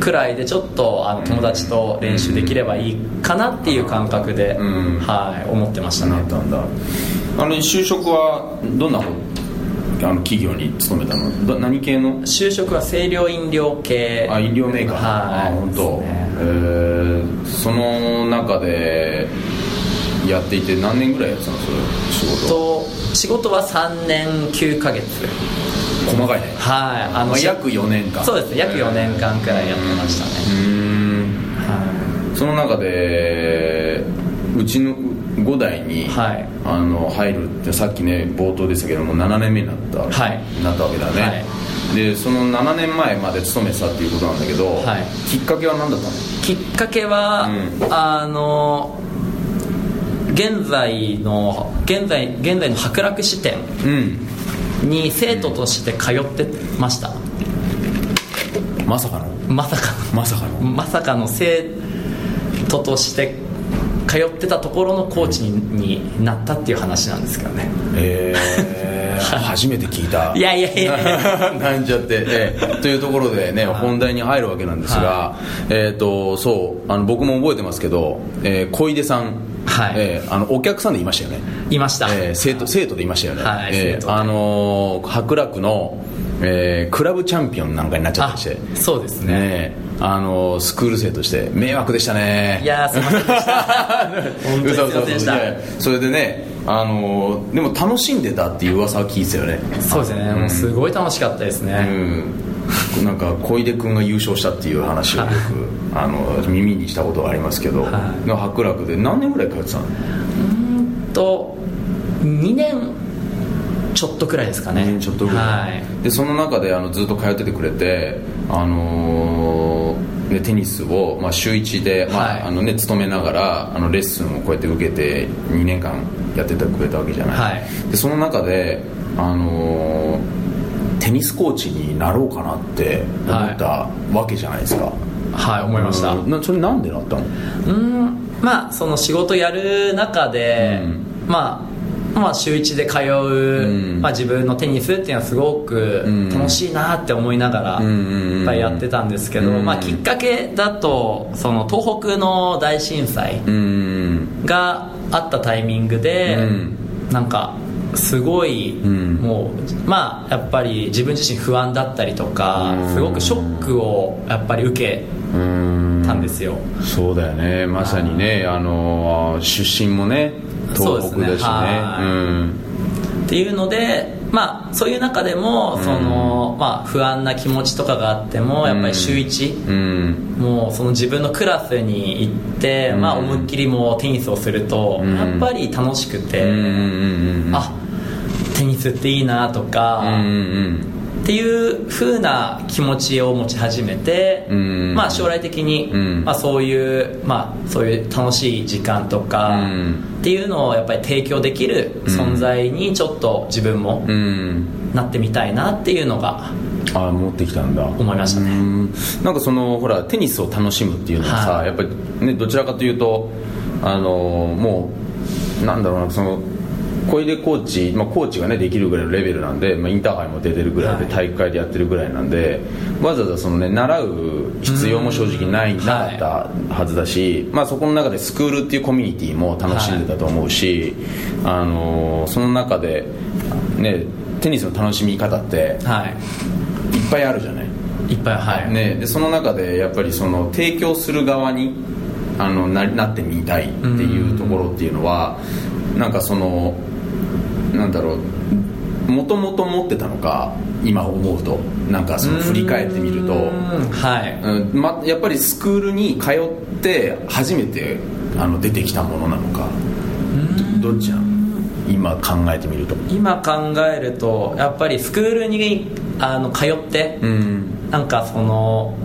Speaker 3: くらいでちょっとあの友達と練習できればいいかなっていう感覚で
Speaker 2: うん
Speaker 3: はい思ってました
Speaker 2: な
Speaker 3: ね
Speaker 2: ったんだあの就職はどんなあの企業に勤めたのだ何系の
Speaker 3: 就職は清涼飲料系
Speaker 2: あ飲料メーカー、
Speaker 3: はい
Speaker 2: あ本当、
Speaker 3: ですね
Speaker 2: えーその中でやっていて何年ぐらいやってたのそれ仕事
Speaker 3: と仕事は3年9ヶ月
Speaker 2: 細かいね
Speaker 3: はいあ
Speaker 2: あまあ、
Speaker 3: し
Speaker 2: 約4年間
Speaker 3: そうですね約4年間くらいやってました
Speaker 2: う
Speaker 3: ね、
Speaker 2: ーん
Speaker 3: は
Speaker 2: その中でうちの5代に、
Speaker 3: はい
Speaker 2: あの入るってさっきね冒頭でしたけども7年目になった、
Speaker 3: はい
Speaker 2: なったわけだね、でその7年前まで勤めてたっていうことなんだけど、
Speaker 3: はい
Speaker 2: きっかけは何だったの
Speaker 3: いきっかけは、
Speaker 2: う
Speaker 3: あの現在の現在現在の博楽支店
Speaker 2: うん
Speaker 3: に生徒として通ってました、
Speaker 2: まさかの
Speaker 3: まさかの
Speaker 2: まさかの
Speaker 3: まさかの生徒として通ってたところのコーチにになったっていう話なんですけどね
Speaker 2: えー、初めて聞いた
Speaker 3: いやいやいや
Speaker 2: なんちゃって、ええというところでね本題に入るわけなんですが、
Speaker 3: は
Speaker 2: えっ、とそうあの僕も覚えてますけど、えー小出さん、
Speaker 3: はい
Speaker 2: ええあのお客さんでいましたよね、
Speaker 3: いました、
Speaker 2: えー生徒生徒でいましたよね、
Speaker 3: はい
Speaker 2: え
Speaker 3: 生
Speaker 2: ー
Speaker 3: 徒で
Speaker 2: あのー伯楽の、えークラブチャンピオンなんかになっちゃった
Speaker 3: あ
Speaker 2: りして
Speaker 3: そうですね
Speaker 2: ねえあのースクール生として迷惑でしたね
Speaker 3: いやーすいませんでした 本当にすいませんでした
Speaker 2: いやいやそれでねあのーでも楽しんでたっていう噂は聞いてたよね
Speaker 3: そうですね、もうすごい楽しかったです
Speaker 2: う
Speaker 3: ね、
Speaker 2: んなんか小出君が優勝したっていう話をよくあの耳にしたことがありますけど、
Speaker 3: はい
Speaker 2: の伯楽で何年ぐらい通ってたの
Speaker 3: と2年ちょっとくらいですかね
Speaker 2: 2年ちょっとぐらい、
Speaker 3: は
Speaker 2: でその中であのずっと通っててくれて、あのーね、テニスを、まあ、週1で、まあ
Speaker 3: はい
Speaker 2: あのね、勤めながらあのレッスンをこうやって受けて2年間やっててくれたわけじゃない、
Speaker 3: はい
Speaker 2: でその中で、あのーテニスコーチになろうかなって思ったわけじゃないですか、
Speaker 3: い、はい、思いました
Speaker 2: うんなそれなんでなったの
Speaker 3: うんまあその仕事やる中で、
Speaker 2: うん
Speaker 3: まあまあ週一で通う、
Speaker 2: ん
Speaker 3: まあ、自分のテニスっていうのはすごく
Speaker 2: ん
Speaker 3: 楽しいなって思いながら
Speaker 2: うんうんうんうん
Speaker 3: いっぱいやってたんですけど、
Speaker 2: うん
Speaker 3: まあ、きっかけだとその東北の大震災
Speaker 2: うん
Speaker 3: があったタイミングで、
Speaker 2: うん
Speaker 3: なんかすごい、
Speaker 2: ん
Speaker 3: もうまあやっぱり自分自身不安だったりとか
Speaker 2: うん
Speaker 3: すごくショックをやっぱり受
Speaker 2: うん
Speaker 3: けたんですよ、
Speaker 2: そうだよねまさにねあのー出身もね
Speaker 3: そう
Speaker 2: 東
Speaker 3: です
Speaker 2: 北
Speaker 3: ね
Speaker 2: だし
Speaker 3: は
Speaker 2: ね
Speaker 3: いっていうので、まあ、そういう中でもその、まあ、不安な気持ちとかがあってもやっぱり週1、
Speaker 2: うんうん
Speaker 3: もうその自分のクラスに行って、まあ、
Speaker 2: うん
Speaker 3: 思いっきりもうテニスをすると、
Speaker 2: うん
Speaker 3: やっぱり楽しくて、
Speaker 2: うんうんうん
Speaker 3: あテニスっていいなと
Speaker 2: うん
Speaker 3: か、
Speaker 2: うん
Speaker 3: っていう風な気持ちを持ち始めて、
Speaker 2: うん
Speaker 3: まあ、将来的に、
Speaker 2: うん
Speaker 3: まあ、そういう、まあ、そういう楽しい時間とか、
Speaker 2: うん
Speaker 3: っていうのをやっぱり提供できる存在にちょっと自分も
Speaker 2: うんうん
Speaker 3: なってみたいなっていうのが
Speaker 2: あ持ってきたんだ
Speaker 3: 思いました
Speaker 2: う
Speaker 3: ね、
Speaker 2: んなんかそのほらテニスを楽しむっていうのはさ、
Speaker 3: はい
Speaker 2: やっぱりねどちらかというとあのーもうなんだろうなその小出コーチ、まあ、コーチがねできるぐらいのレベルなんで、まあ、インターハイも出てるぐらいで、
Speaker 3: はい
Speaker 2: 大会でやってるぐらいなんでわざわざそのね習う必要も正直ない
Speaker 3: う
Speaker 2: な
Speaker 3: ん
Speaker 2: かったはずだし、まあそこの中でスクールっていうコミュニティも楽しんでたと思うし、あのーその中でねテニスの楽しみ方っていっ
Speaker 3: は
Speaker 2: ぱいあるじゃない。
Speaker 3: いいっぱいはい、
Speaker 2: ね、でその中でやっぱりその提供する側にあのななってみたいっていうところっていうのはなんかそのなんだろうもともと持ってたのか今思うとなんかその振り返ってみると
Speaker 3: うーんはい
Speaker 2: うんま、やっぱりスクールに通って初めてあの出てきたものなのかどどっちなの今考えてみると
Speaker 3: 今考えるとやっぱりスクールにあの通って、
Speaker 2: うん
Speaker 3: なんかその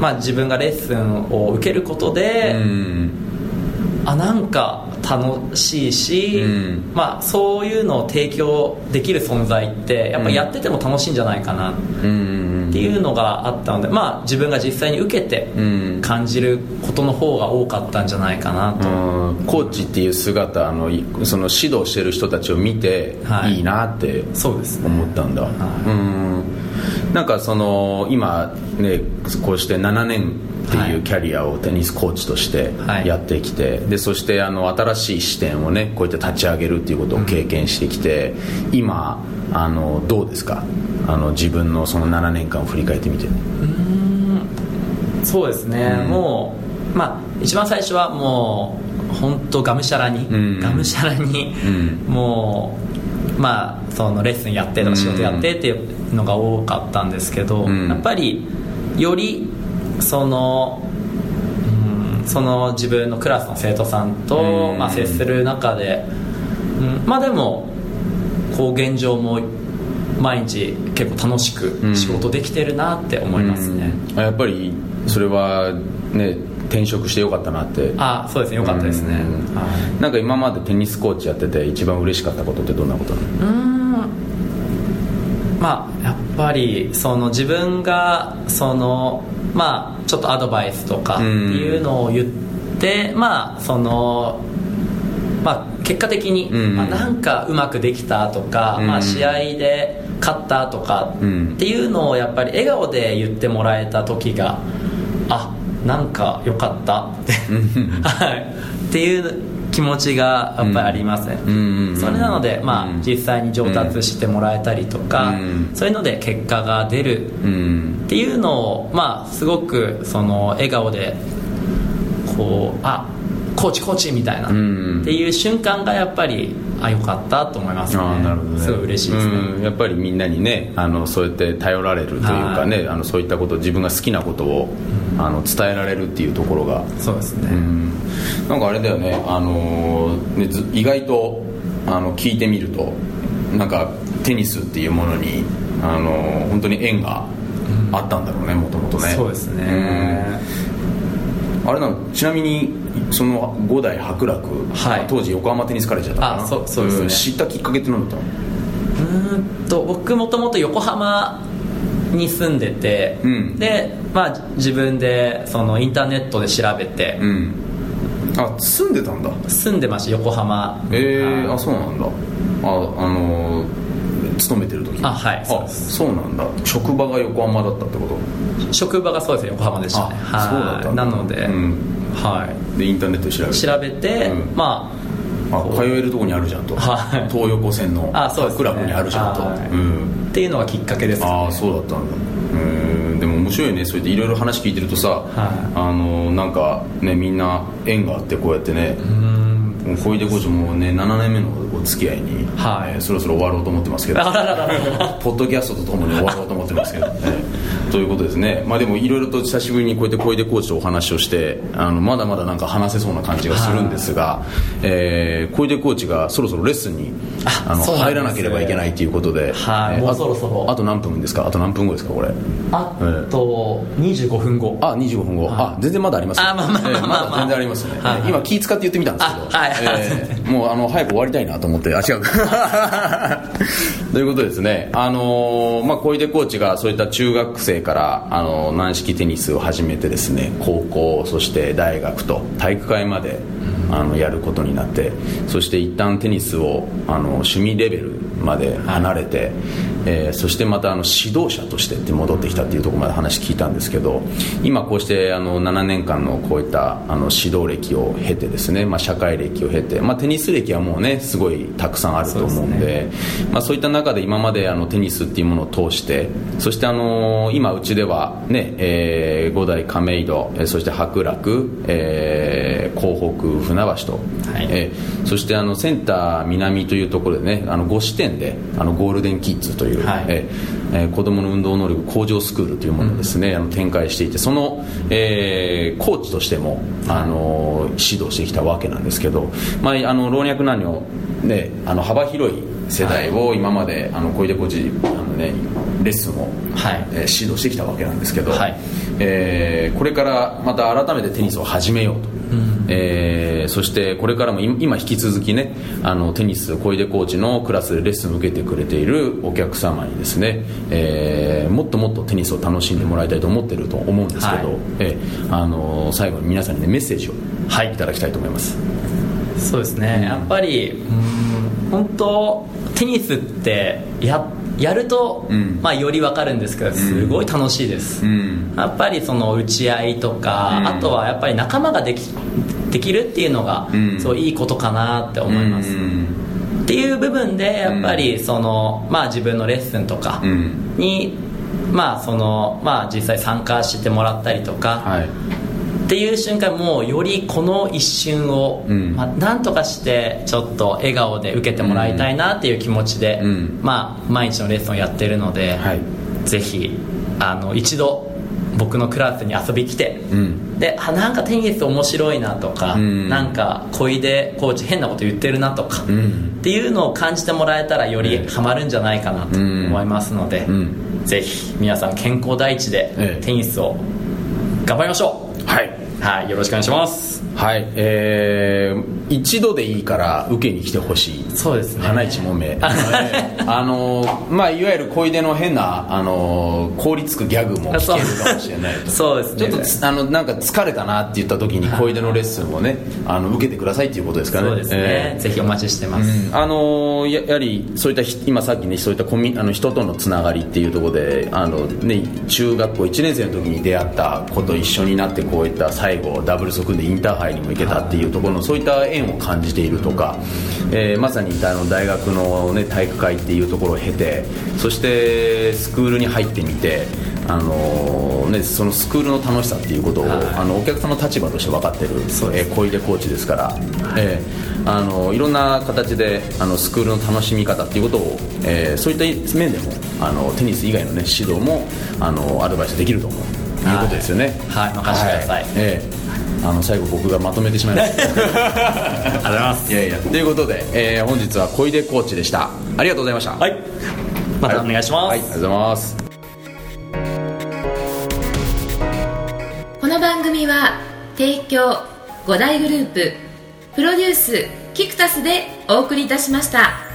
Speaker 3: まあ自分がレッスンを受けること
Speaker 2: う
Speaker 3: で、
Speaker 2: ん
Speaker 3: あなんか楽しいし、
Speaker 2: うん
Speaker 3: まあ、そういうのを提供できる存在ってやっぱやってても楽しいんじゃないかなっ
Speaker 2: うんうん
Speaker 3: ていうのがあったので、まあ、自分が実際に受けて
Speaker 2: うん
Speaker 3: 感じることの方が多かったんじゃないかなと、
Speaker 2: うんコーチっていう姿あのいその指導してる人たちを見て、
Speaker 3: はい
Speaker 2: い、いなって
Speaker 3: そうですね
Speaker 2: 思ったんだ、うんなんかその今ねこうして7年って
Speaker 3: は
Speaker 2: いう
Speaker 3: い
Speaker 2: キャリアをテニスコーチとして
Speaker 3: はい
Speaker 2: やってきて、でそしてあの新しい視点をねこうやって立ち上げるっていうことを経験してきて、今あのどうですかあの自分のその7年間を振り返ってみて
Speaker 3: そうですね、
Speaker 2: うん
Speaker 3: もう、まあ、一番最初はもう本当がむしゃらに、
Speaker 2: うん
Speaker 3: がむしゃらに、
Speaker 2: う
Speaker 3: もう、まあ、そのレッスンやってとか仕事やってっていうのが多かったんですけど、
Speaker 2: うん
Speaker 3: やっぱりよりその。うんその自分のクラスの生徒さんと、
Speaker 2: うん
Speaker 3: まあ、接する中で、うん、まあでもこう現状も毎日結構楽しく仕事できてるなって思いますね、
Speaker 2: うんやっぱりそれはね転職してよかったなって
Speaker 3: あそうですねよかったですね
Speaker 2: うん
Speaker 3: はい
Speaker 2: なんか今までテニスコーチやってて一番嬉しかったことってどんなことなの
Speaker 3: うーんまあやっぱりその自分がそのまあちょっとアドバイスとかっていうのを言って、まあそのまあ結果的に、
Speaker 2: うん
Speaker 3: まあなんかうまくできたとか、ま
Speaker 2: う
Speaker 3: あ
Speaker 2: ん
Speaker 3: 試合で勝ったとかっ
Speaker 2: うん
Speaker 3: ていうのをやっぱり笑顔で言ってもらえた時があなんか良かったって、 はい、っていう気持ちがやっぱりありますね、
Speaker 2: うんうんうん
Speaker 3: それなので、まあ
Speaker 2: うん
Speaker 3: 実際に上達してもらえたりとか、
Speaker 2: うん
Speaker 3: そういうので結果が出る
Speaker 2: うん
Speaker 3: っていうのを、まあ、すごくその笑顔でこうあコーチコーチみたいな、
Speaker 2: うん
Speaker 3: っていう瞬間がやっぱりあよかったと思いますね
Speaker 2: あーなるほどね
Speaker 3: すごい嬉しいですね、
Speaker 2: うんやっぱりみんなにねあのそうやって頼られるというかね、あのそういったこと自分が好きなことを、あの伝えられるっていうところが
Speaker 3: そうですね、
Speaker 2: うんなんかあれだよね、あのーねず意外とあの聞いてみるとなんかテニスっていうものに、あのー本当に縁があったんだろうねもともとね
Speaker 3: そうですね、
Speaker 2: うんあれなのちなみにその五代伯楽、
Speaker 3: はい
Speaker 2: 当時横浜テニスカレッジだったかな
Speaker 3: あそうそうですね
Speaker 2: ん知ったきっかけって何だったの
Speaker 3: うーんと僕もともと横浜に住んでて、
Speaker 2: うん
Speaker 3: で、まあ、自分でそのインターネットで調べて、
Speaker 2: うんあ住んでたんだ
Speaker 3: 住んでました横浜に
Speaker 2: えー、
Speaker 3: は
Speaker 2: あ
Speaker 3: い
Speaker 2: そうなんだああのー勤めてる時
Speaker 3: あはいそう
Speaker 2: あ
Speaker 3: です
Speaker 2: そうなんだ職場が横浜だったってこと
Speaker 3: 職場がそうですね横浜でしたね
Speaker 2: あそうだった
Speaker 3: はい
Speaker 2: んだ
Speaker 3: なので、
Speaker 2: うん
Speaker 3: はい
Speaker 2: でインターネットで調べて
Speaker 3: 調べて、
Speaker 2: うん
Speaker 3: ま
Speaker 2: あ通えるとこにあるじゃんと、
Speaker 3: はい
Speaker 2: 東横線の
Speaker 3: あそうですね
Speaker 2: 楽にあるじゃんと
Speaker 3: はい
Speaker 2: うん
Speaker 3: あっていうのがきっかけですね
Speaker 2: ああそうだったんだうんでも面白いねそうやっていろいろ話聞いてるとさ、
Speaker 3: い
Speaker 2: あのなんかねみんな縁があってこうやってね
Speaker 3: うーん
Speaker 2: もう小出コーチもね7年目のお付き合いに、
Speaker 3: は
Speaker 2: え
Speaker 3: い
Speaker 2: ーそろそろ終わろうと思ってますけ ど
Speaker 3: あららら
Speaker 2: ポッドキャストとともに終わろうと思ってますけど、 ね、ということですね、まあ、でもいろいろと久しぶりにこうやって小出コーチとお話をしてあのまだまだなんか話せそうな感じがするんですが、えー小出コーチがそろそろレッスンに
Speaker 3: あ
Speaker 2: の
Speaker 3: そうなんです
Speaker 2: 入らなければいけないということで、
Speaker 3: はい
Speaker 2: えー
Speaker 3: もう
Speaker 2: あ
Speaker 3: そろそろ
Speaker 2: あと何分ですかあと何分後ですかこれ
Speaker 3: あと25分後
Speaker 2: あ25分後、あ全然まだありますよ
Speaker 3: あまあまあまあ
Speaker 2: えー
Speaker 3: まあ
Speaker 2: まだ全然ありますね、
Speaker 3: はいはい
Speaker 2: 今気使って言ってみたんですけど、
Speaker 3: あはい
Speaker 2: えーもうあの早く終わりたいなと思ってあ違う ということですね、あのーまあ、小出コーチがそういった中学生から、あのー軟式テニスを始めてですね高校そして大学と体育会まであのやることになってそして一旦テニスをあの趣味レベルまで離れて、えーそしてまたあの指導者としてって戻ってきたっていうところまで話聞いたんですけど今こうしてあの7年間のこういったあの指導歴を経てですね、まあ、社会歴を経て、まあ、テニス歴はもうねすごいたくさんあると思うんで
Speaker 3: そう
Speaker 2: まあ、そういった中で今まであのテニスっていうものを通してそしてあの今うちではね、えー五代亀戸えーそして白楽、えー港北船橋と、
Speaker 3: はい
Speaker 2: えーそしてあのセンター南というところでねあの5支店であのゴールデンキッズという、
Speaker 3: はい
Speaker 2: えーえー子どもの運動能力向上スクールというものをですね、あの展開していてその、えーコーチとしても、あの指導してきたわけなんですけど、まあ、あの老若男女、ね、あの幅広い世代を今まで、あの小出コーチあの、ね、レッスンを、
Speaker 3: はい
Speaker 2: えー指導してきたわけなんですけど、
Speaker 3: はい
Speaker 2: えーこれからまた改めてテニスを始めようと、えーそしてこれからも今今引き続きねあのテニス小出コーチのクラスでレッスンを受けてくれているお客様にですね、えーもっともっとテニスを楽しんでもらいたいと思ってると思うんですけど、
Speaker 3: はい
Speaker 2: えーあの最後に皆さんに、ね、メッセージを
Speaker 3: はい
Speaker 2: いただきたいと思います、
Speaker 3: そうですね、やっぱりうーん本当テニスってややると、
Speaker 2: うん
Speaker 3: まあ、より分かるんですけどすごい楽しいです、
Speaker 2: ん
Speaker 3: やっぱりその打ち合いとか、
Speaker 2: うん
Speaker 3: あとはやっぱり仲間ができできるっていうのが、
Speaker 2: うん
Speaker 3: そういいことかなって思います、
Speaker 2: うん
Speaker 3: っていう部分でやっぱりその、まあ、自分のレッスンとか
Speaker 2: うん
Speaker 3: に、まあそのまあ、実際参加してもらったりとか、
Speaker 2: はい
Speaker 3: っていう瞬間もうよりこの一瞬を、
Speaker 2: うん
Speaker 3: まあ、なんとかしてちょっと笑顔で受けてもらいたいなっていう気持ちで、
Speaker 2: うん
Speaker 3: まあ、毎日のレッスンをやってるので、
Speaker 2: はい
Speaker 3: ぜひあの一度僕のクラスに遊び来て、
Speaker 2: うん
Speaker 3: であなんかテニス面白いなとか、
Speaker 2: うん
Speaker 3: なんか小出コーチ変なこと言ってるなとか、
Speaker 2: うん
Speaker 3: っていうのを感じてもらえたらよりハマるんじゃないかなと
Speaker 2: うん
Speaker 3: 思いますので、
Speaker 2: うん
Speaker 3: ぜひ皆さん健康第一
Speaker 2: え
Speaker 3: で
Speaker 2: え
Speaker 3: テニスを頑張りましょう
Speaker 2: はい
Speaker 3: はい、よろしくお願いします。
Speaker 2: はいえー、一度でいいから受けに来てほしい
Speaker 3: そうです
Speaker 2: 花一問目 あのまあいわゆる小出の変なあの凍りつくギャグも聞けるかもしれないと
Speaker 3: そうですね
Speaker 2: ちょっとつあのなんか疲れたなって言った時に小出のレッスンをねあの受けてくださいっていうことですかね
Speaker 3: そうです
Speaker 2: え
Speaker 3: ね、ぜひお待ちしてま
Speaker 2: え
Speaker 3: す。
Speaker 2: うんあのややはりそういったひ今さっきねそういったコミあの人とのつながりっていうところであの、ね、中学校1年生の時に出会った子と一緒になってこういった最後ダブルスを組んでインターハイにも行けたっていうところのそういった縁を感じているとか、えーまさにあの大学の、ね、体育会っていうところを経てそしてスクールに入ってみて。あのね、そのスクールの楽しさっていうことを、
Speaker 3: はい
Speaker 2: あのお客さんの立場として分かってる、
Speaker 3: そうです
Speaker 2: えー小出コーチですから、えーあのいろんな形であのスクールの楽しみ方っていうことを、えーそういった面でもあのテニス以外の、ね、指導もあのアドバイスできると思う、
Speaker 3: はい
Speaker 2: いうことですよね
Speaker 3: はい任せてください
Speaker 2: えーあの最後僕がまとめてしまいました
Speaker 3: ありがとうございます
Speaker 2: い。やいや ということで、えー本日は小出コーチでしたありがとうございました
Speaker 3: はい、またお願いしま
Speaker 2: はい、
Speaker 3: す。
Speaker 2: ありがとうございます
Speaker 1: この番組は提供五大グループプロデュースキクタスでお送りいたしました。